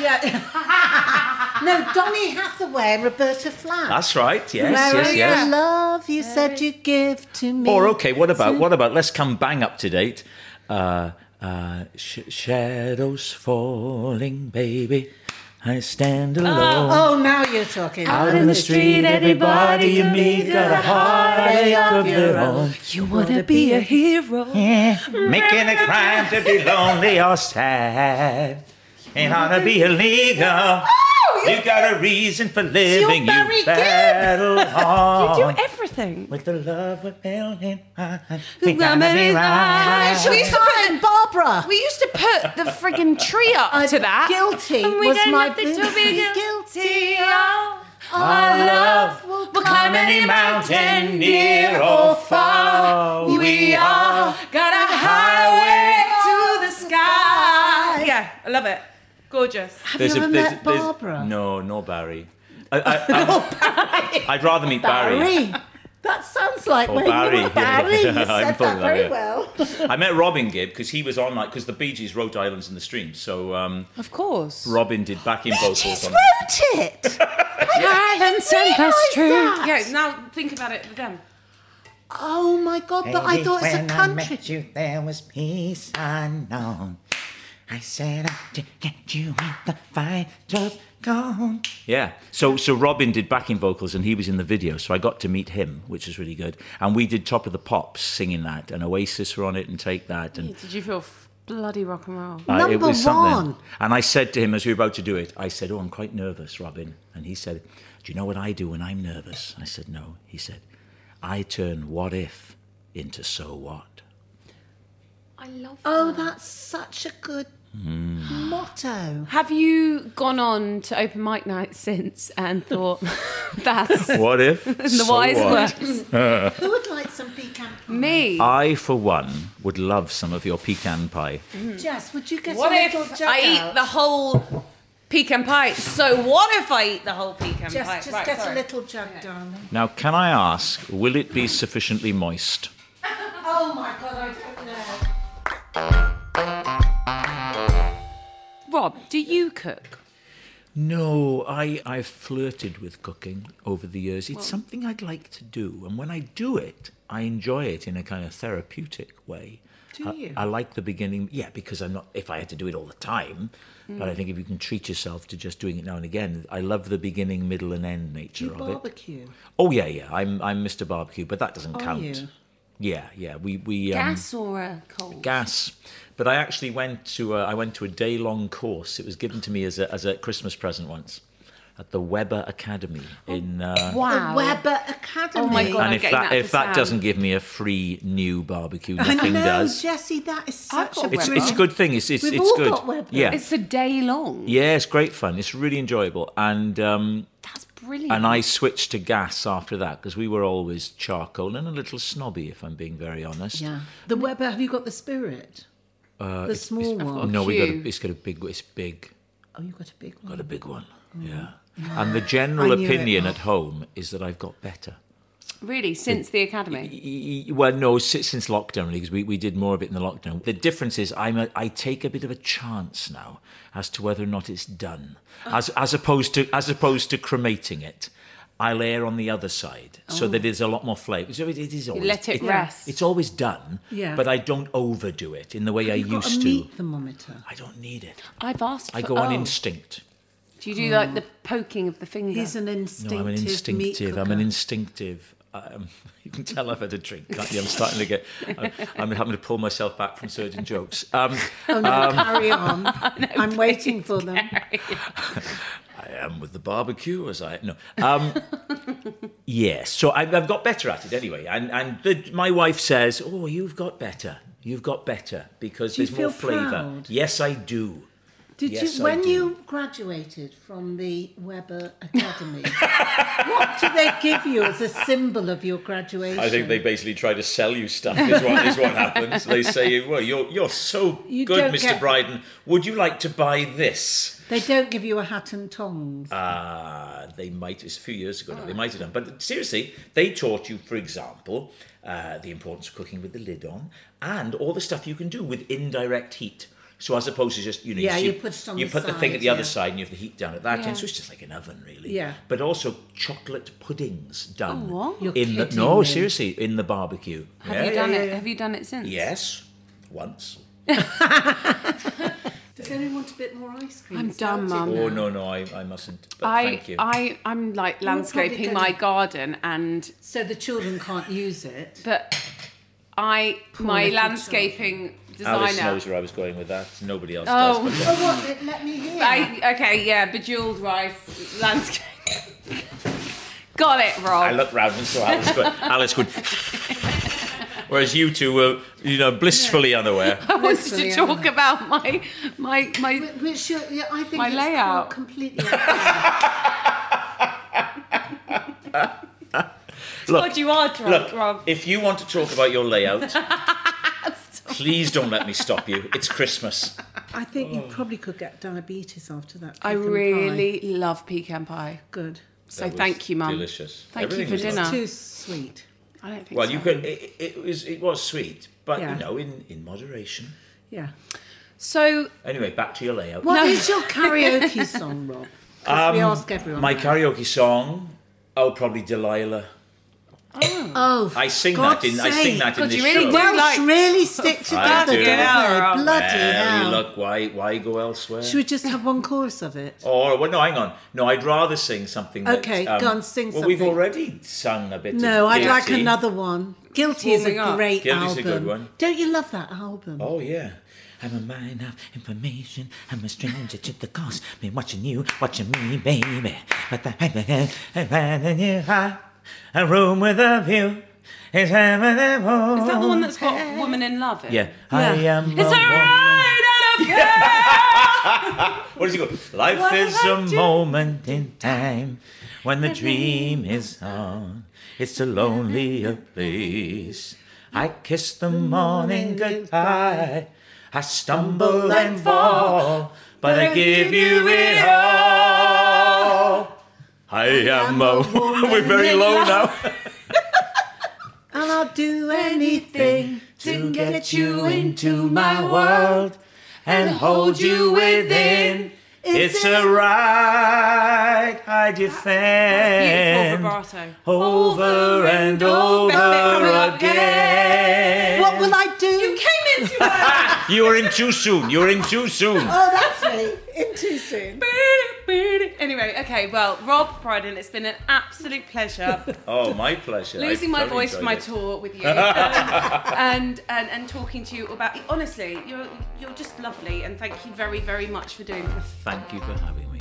Speaker 2: No, Donny Hathaway, and Roberta Flack.
Speaker 3: That's right. Yes,
Speaker 2: Where
Speaker 3: yes,
Speaker 2: is the
Speaker 3: yes.
Speaker 2: love you said you give to me?
Speaker 3: Or okay, what about what about? Let's come bang up to date. Uh, uh, sh- shadows falling, baby. I stand alone.
Speaker 2: Oh, now you're talking.
Speaker 3: Out in the street, everybody you meet got a heartache of their own.
Speaker 1: you wanna be a hero.
Speaker 3: Eh, Making a crime to be lonely or sad. Ain't gonna be illegal. You got a reason for living.
Speaker 2: Barry
Speaker 3: You battle
Speaker 1: Do
Speaker 3: on
Speaker 1: everything.
Speaker 3: with the love we're building. I think I'm
Speaker 1: Memories
Speaker 3: right.
Speaker 1: are- We used to put
Speaker 2: Fine, Barbara.
Speaker 1: we used to put the friggin' tree up to that.
Speaker 2: Guilty
Speaker 1: and we
Speaker 2: was
Speaker 1: got
Speaker 2: my
Speaker 1: nothing to be
Speaker 2: big-
Speaker 1: guilty of.
Speaker 3: Our love
Speaker 2: will
Speaker 1: We'll climb any mountain, near or far. We are got a highway to the sky. Yeah, I love it. Gorgeous.
Speaker 2: Have you ever met Barbara?
Speaker 3: no, no Barry. I, I, I, would rather meet Barry.
Speaker 2: Barry. That sounds like
Speaker 3: Or
Speaker 2: when
Speaker 3: Barry,
Speaker 2: you were
Speaker 3: yeah.
Speaker 2: Barry. You
Speaker 3: I'm
Speaker 2: said
Speaker 3: full of
Speaker 2: that
Speaker 3: that,
Speaker 2: very
Speaker 3: yeah.
Speaker 2: well.
Speaker 3: I met Robin Gibb because he was on like because the Bee Gees wrote Islands in the Stream, so um,
Speaker 1: Of course.
Speaker 3: Robin did backing vocals
Speaker 2: She's
Speaker 3: on.
Speaker 2: wrote it.
Speaker 1: Silence and
Speaker 2: realise
Speaker 1: true.
Speaker 2: that.
Speaker 1: Yeah, now think about it with them.
Speaker 2: Oh my God! But I thought it's a
Speaker 4: when I
Speaker 2: country.
Speaker 4: met you, there was peace unknown. I said I'd get you when the fight was gone.
Speaker 3: Yeah. So so Robin did backing vocals and he was in the video, so I got to meet him, which was really good. And we did Top of the Pops singing that, and Oasis were on it, and Take That, and
Speaker 1: Did you feel f- bloody rock and roll?
Speaker 3: uh, it
Speaker 2: Number
Speaker 3: was something.
Speaker 2: one.
Speaker 3: And I said to him as we were about to do it, I said, "Oh, I'm quite nervous, Robin." And he said, "Do you know what I do when I'm nervous?" I said, "No." He said, "I turn what if into so what."
Speaker 1: I love
Speaker 2: Oh, that's such a good
Speaker 3: Hmm.
Speaker 2: motto.
Speaker 1: Have you gone on to open mic night since and thought that's in
Speaker 3: What if? in
Speaker 1: the wise words?
Speaker 2: Who would like some pecan pie?
Speaker 1: Me.
Speaker 3: I, for one, would love some of your pecan pie.
Speaker 2: Jess, would you get
Speaker 1: What
Speaker 2: a
Speaker 1: if
Speaker 2: little jug
Speaker 1: I
Speaker 2: out?
Speaker 1: eat the whole pecan pie? So what if I eat the whole pecan
Speaker 2: Jess,
Speaker 1: pie?
Speaker 2: just
Speaker 1: Right,
Speaker 2: get
Speaker 1: sorry.
Speaker 2: a little jug, darling.
Speaker 3: Now, can I ask, will it be sufficiently moist?
Speaker 2: Oh my God, I don't know.
Speaker 1: Rob, do you cook?
Speaker 3: No, I, I've flirted with cooking over the years. It's something I'd like to do. And when I do it, I enjoy it in a kind of therapeutic way. Do I, you? I like the beginning, yeah, because I'm not, if I had to do it all the time, but I think if you can treat yourself to just doing it now and again, I love the beginning, middle, and end nature
Speaker 2: You
Speaker 3: of it.
Speaker 2: barbecue.
Speaker 3: Oh, yeah, yeah, I'm, I'm Mr. Barbecue, but that doesn't
Speaker 2: Are
Speaker 3: count.
Speaker 2: you?
Speaker 3: Yeah, yeah, we. we um,
Speaker 1: Gas or a coal?
Speaker 3: gas. But I actually went to a, I went to a day long course. It was given to me as a, as a Christmas present once at the Weber Academy in. Uh,
Speaker 1: Wow.
Speaker 2: The Weber Academy.
Speaker 1: Oh my God.
Speaker 3: and
Speaker 1: I'm
Speaker 3: if
Speaker 1: getting
Speaker 3: that,
Speaker 1: that
Speaker 3: if
Speaker 1: for
Speaker 3: that
Speaker 1: Sam.
Speaker 3: doesn't give me a free new barbecue,
Speaker 2: I
Speaker 3: nothing
Speaker 2: know,
Speaker 3: does.
Speaker 2: Jesse. That is
Speaker 1: I've
Speaker 2: such
Speaker 1: got
Speaker 2: a
Speaker 3: It's,
Speaker 1: Weber.
Speaker 3: it's a good thing. It's it's,
Speaker 2: We've
Speaker 3: it's
Speaker 2: all
Speaker 3: good.
Speaker 2: got Weber.
Speaker 3: Yeah,
Speaker 1: It's a day long.
Speaker 3: yeah, it's great fun. It's really enjoyable, and um,
Speaker 1: That's brilliant.
Speaker 3: and I switched to gas after that because we were always charcoal and a little snobby, if I'm being very honest.
Speaker 2: Yeah. The Weber. Have you got the spirit? the small one.
Speaker 3: No, we got
Speaker 1: Cue.
Speaker 3: Uh, a, it's got a big it's big.
Speaker 2: Oh, you got a big one.
Speaker 3: Got a big one. Yeah. And the general
Speaker 2: Mm. I knew it.
Speaker 3: opinion at home is that I've got better.
Speaker 1: really, since the academy.
Speaker 3: E- e- Well, no, si- since lockdown, really, because we, we did more of it in the lockdown. The difference is I'm a, I take a bit of a chance now as to whether or not it's done,
Speaker 2: Ah.
Speaker 3: as as opposed to as opposed to cremating it. I'll err on the other side, so
Speaker 2: Oh.
Speaker 3: that it's a lot more flavour. So it, it is always
Speaker 1: let it rest.
Speaker 3: It's always done,
Speaker 2: Yeah.
Speaker 3: but I don't overdo it in the way I
Speaker 2: You've got
Speaker 3: used
Speaker 2: a
Speaker 3: to.
Speaker 2: meat thermometer.
Speaker 3: I don't need it.
Speaker 1: I've asked. For,
Speaker 3: I go on
Speaker 1: oh.
Speaker 3: instinct.
Speaker 1: Do you do like the poking of the finger?
Speaker 2: He's an instinctive.
Speaker 3: No, I'm an
Speaker 2: meat
Speaker 3: instinctive. I'm an
Speaker 2: cooker.
Speaker 3: instinctive. Um, you can tell I've had a drink, can't you? I'm starting to get. I'm, I'm having to pull myself back from certain jokes. Um,
Speaker 2: Oh no, carry on. I'm waiting for them.
Speaker 3: I am with the barbecue, as I no. Um, yes, so I've, I've got better at it anyway. And and the, my wife says, "Oh, you've got better. You've got better because
Speaker 2: Do you
Speaker 3: there's more
Speaker 2: feel
Speaker 3: flavour."
Speaker 2: proud?
Speaker 3: Yes, I do.
Speaker 2: Did
Speaker 3: Yes, I
Speaker 2: you, when
Speaker 3: do.
Speaker 2: you graduated from the Weber Academy, what do they give you as a symbol of your graduation?
Speaker 3: I think they basically try to sell you stuff. Is what is what happens. They say, "Well, you're you're so
Speaker 2: You
Speaker 3: good,
Speaker 2: don't
Speaker 3: Mr.
Speaker 2: get-
Speaker 3: Bryden. Would you like to buy this?"
Speaker 2: They don't give you a hat and tongs.
Speaker 3: Uh, they might, it's a few years ago now,
Speaker 2: Oh.
Speaker 3: they might have done. But seriously, they taught you, for example, uh, the importance of cooking with the lid on and all the stuff you can do with indirect heat. So as opposed to just, you know,
Speaker 2: Yeah,
Speaker 3: so
Speaker 2: you put it on
Speaker 3: you
Speaker 2: the
Speaker 3: put the thing at
Speaker 2: side,
Speaker 3: the other
Speaker 2: yeah.
Speaker 3: side and you have the heat down at that end. So it's just like an oven, really.
Speaker 2: Yeah. Oh,
Speaker 3: But also chocolate puddings done.
Speaker 1: what?
Speaker 2: You're
Speaker 3: in the,
Speaker 2: kidding
Speaker 3: no,
Speaker 2: me.
Speaker 3: seriously, in the barbecue.
Speaker 1: Have
Speaker 3: Yeah?
Speaker 1: you done it? Have you done it since?
Speaker 3: Yes, once.
Speaker 2: Does anyone want a bit more ice cream?
Speaker 1: I'm
Speaker 2: It's
Speaker 1: done,
Speaker 2: melting
Speaker 1: Mum.
Speaker 2: now.
Speaker 3: Oh, no, no, I, I mustn't. But
Speaker 1: I,
Speaker 3: thank you.
Speaker 1: I, I'm like landscaping
Speaker 2: gonna-
Speaker 1: my garden, and
Speaker 2: So the children can't use it.
Speaker 1: but I, my
Speaker 2: little
Speaker 1: landscaping
Speaker 3: Alice
Speaker 1: designer.
Speaker 3: knows where I was going with that. Nobody else
Speaker 1: Oh.
Speaker 3: does. But
Speaker 2: Oh, what? Let me hear.
Speaker 1: I, okay, yeah, bejeweled rice landscape. Got it, Rob.
Speaker 3: I looked round and saw Alice going, Alice going, whereas you two were, you know, blissfully unaware.
Speaker 1: I wanted to
Speaker 2: Literally,
Speaker 1: talk about my my my.
Speaker 2: Wh- Which you're, yeah, I think
Speaker 1: My
Speaker 2: it's
Speaker 1: layout.
Speaker 2: completely. out.
Speaker 3: Look,
Speaker 1: God, you are drunk,
Speaker 3: look,
Speaker 1: Rob.
Speaker 3: if you want to talk about your layout, please don't let me stop you. It's Christmas.
Speaker 1: Oh,
Speaker 2: I think you probably could get diabetes after that.
Speaker 1: I
Speaker 2: pecan pie.
Speaker 1: really love pecan pie.
Speaker 2: good.
Speaker 1: So thank you, Mum.
Speaker 3: Delicious.
Speaker 1: Thank you
Speaker 3: Everything
Speaker 1: for
Speaker 3: was
Speaker 1: dinner.
Speaker 3: lovely.
Speaker 2: Too sweet.
Speaker 1: I don't think
Speaker 3: Well,
Speaker 1: so.
Speaker 3: you could. It, it was. It was sweet, but
Speaker 2: Yeah.
Speaker 3: you know, in in moderation.
Speaker 2: Yeah.
Speaker 1: So
Speaker 3: Anyway, back to your layout.
Speaker 2: What is your karaoke song, Rob? 'Cause we ask everyone.
Speaker 3: Um, My
Speaker 2: that.
Speaker 3: karaoke song. Oh, probably Delilah.
Speaker 2: Oh,
Speaker 3: I sing
Speaker 2: God's
Speaker 3: that in. I sing
Speaker 2: sake.
Speaker 3: that in
Speaker 1: God,
Speaker 3: this
Speaker 1: you really
Speaker 3: show.
Speaker 1: do
Speaker 2: Welsh
Speaker 1: like-
Speaker 2: really stick
Speaker 3: I
Speaker 2: together,
Speaker 3: do.
Speaker 2: don't
Speaker 1: Yeah,
Speaker 2: they? Bloody
Speaker 3: Well, you
Speaker 2: hell.
Speaker 3: look, why, why go elsewhere?
Speaker 2: Should we just have one chorus of it?
Speaker 3: Or
Speaker 4: Oh,
Speaker 3: well, no, hang on. No, I'd rather sing something. that,
Speaker 2: Okay,
Speaker 4: um,
Speaker 2: go on, sing
Speaker 3: Well, we've
Speaker 2: something.
Speaker 3: already sung a bit.
Speaker 2: No,
Speaker 3: of
Speaker 2: I'd like
Speaker 3: Guilty.
Speaker 2: another one. Guilty is a
Speaker 1: Warming up.
Speaker 2: great
Speaker 3: Guilty's a
Speaker 2: album.
Speaker 3: good one.
Speaker 2: Don't you love that album?
Speaker 3: Oh yeah.
Speaker 4: I'm a mine of information. I'm a stranger to the cause. Been watching you, watching me, baby. But the I'm finding you high. A room with a view is heaven and home.
Speaker 1: is that the one Oh, that's got "Woman in Love"? In?
Speaker 3: Yeah. I
Speaker 2: Yeah.
Speaker 3: am.
Speaker 1: It's
Speaker 3: a woman.
Speaker 1: alright, I don't care.
Speaker 3: What does he go? Life
Speaker 1: What
Speaker 3: is
Speaker 1: have I
Speaker 3: a moment in time when the dream is on. It's a lonelier place. I kiss the morning goodbye. I stumble and fall, but I give you it all. I am a woman. We're very low now.
Speaker 2: And I'll do anything
Speaker 3: to get you into my world and hold you within. It's a right I defend
Speaker 1: Beautiful vibrato.
Speaker 3: over and
Speaker 1: Best bit coming
Speaker 3: over
Speaker 1: up.
Speaker 3: again.
Speaker 2: What will I do?
Speaker 1: You came in
Speaker 3: You were in too soon. You were in too soon.
Speaker 2: Oh, that's me. In too soon.
Speaker 1: Anyway, okay, well, Rob Brydon, it's been an absolute pleasure
Speaker 3: Oh, my pleasure. I
Speaker 1: losing my
Speaker 3: thoroughly
Speaker 1: voice for
Speaker 3: enjoyed
Speaker 1: my
Speaker 3: it.
Speaker 1: tour with you um, and, and and talking to you about honestly, you're you're just lovely and thank you very, very much for doing this.
Speaker 3: Thank you for having me.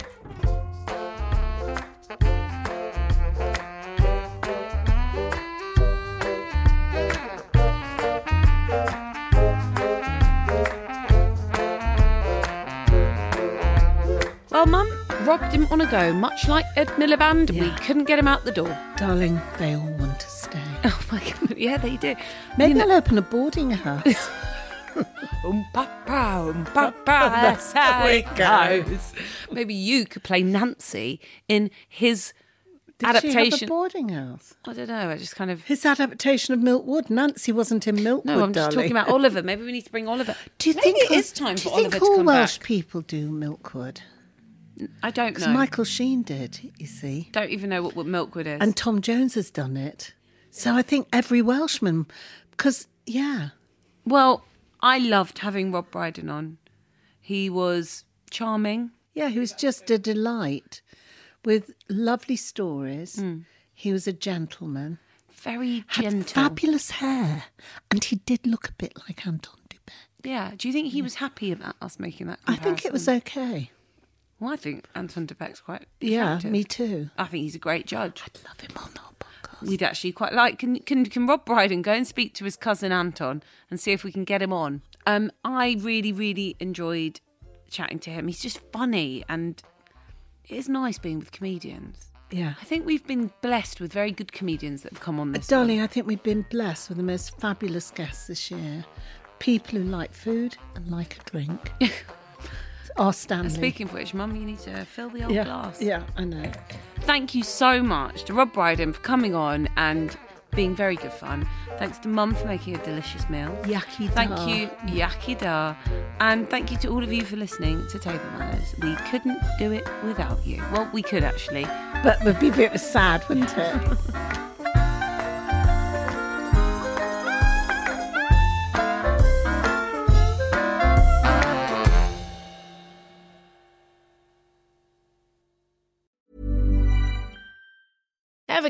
Speaker 1: Well, Mum, Rob didn't want to go, much like Ed Miliband. We couldn't get him out the door.
Speaker 2: Darling, they all want to stay.
Speaker 1: Oh my god, yeah, they do.
Speaker 2: Maybe I'll open a boarding house.
Speaker 1: Um, pa, pa, um, pa, pa, that's how it goes. Maybe you could play Nancy in his
Speaker 2: Did She have a
Speaker 1: adaptation.
Speaker 2: boarding house.
Speaker 1: I don't know. I just kind of.
Speaker 2: His adaptation of Milkwood. Nancy wasn't in Milkwood,
Speaker 1: No, I'm just
Speaker 2: darling.
Speaker 1: talking about Oliver. Maybe we need to bring Oliver.
Speaker 2: Do you
Speaker 1: Maybe it
Speaker 2: think
Speaker 1: is time
Speaker 2: do
Speaker 1: for
Speaker 2: you think
Speaker 1: Oliver
Speaker 2: all
Speaker 1: to come
Speaker 2: Welsh
Speaker 1: back?
Speaker 2: people do Milkwood?
Speaker 1: I don't
Speaker 2: Because
Speaker 1: know.
Speaker 2: Michael Sheen did, you see,
Speaker 1: Don't even know what, what Milkwood is.
Speaker 2: and Tom Jones has done it. So I think every Welshman, because yeah,
Speaker 1: well, I loved having Rob Brydon on. He was charming.
Speaker 2: yeah, he was just a delight with lovely stories.
Speaker 1: Hmm.
Speaker 2: He was a gentleman,
Speaker 1: Very
Speaker 2: had
Speaker 1: gentle.
Speaker 2: fabulous hair, and he did look a bit like Anton Dubé.
Speaker 1: Yeah. Do you think he was happy about us making that?
Speaker 2: I think it was
Speaker 1: comparison?
Speaker 2: okay.
Speaker 1: Well, I think Anton Debek's quite.
Speaker 2: Yeah,
Speaker 1: attractive.
Speaker 2: me too.
Speaker 1: I think he's a great judge.
Speaker 2: Love him on our podcast.
Speaker 1: We'd actually quite like. Can can can Rob Brydon go and speak to his cousin Anton and see if we can get him on? Um, I really really enjoyed chatting to him. He's just funny and it is nice being with comedians.
Speaker 2: Yeah.
Speaker 1: I think we've been blessed with very good comedians that have come on
Speaker 2: Uh,
Speaker 1: this.
Speaker 2: Darling, I think we've been blessed with the most fabulous guests this year. People who like food and like a drink. Our Stanley.
Speaker 1: one. Speaking of which, Mum, you need to fill the old
Speaker 2: yeah,
Speaker 1: glass.
Speaker 2: yeah, I know.
Speaker 1: Thank you so much to Rob Brydon for coming on and being very good fun. Thanks to Mum for making a delicious meal.
Speaker 2: Yaki
Speaker 1: Thank
Speaker 2: da.
Speaker 1: you, Yaki Da. And thank you to all of you for listening to Table Manners. We couldn't do it without you. Well, we could actually.
Speaker 2: But the would it was sad, wouldn't it?
Speaker 5: Ever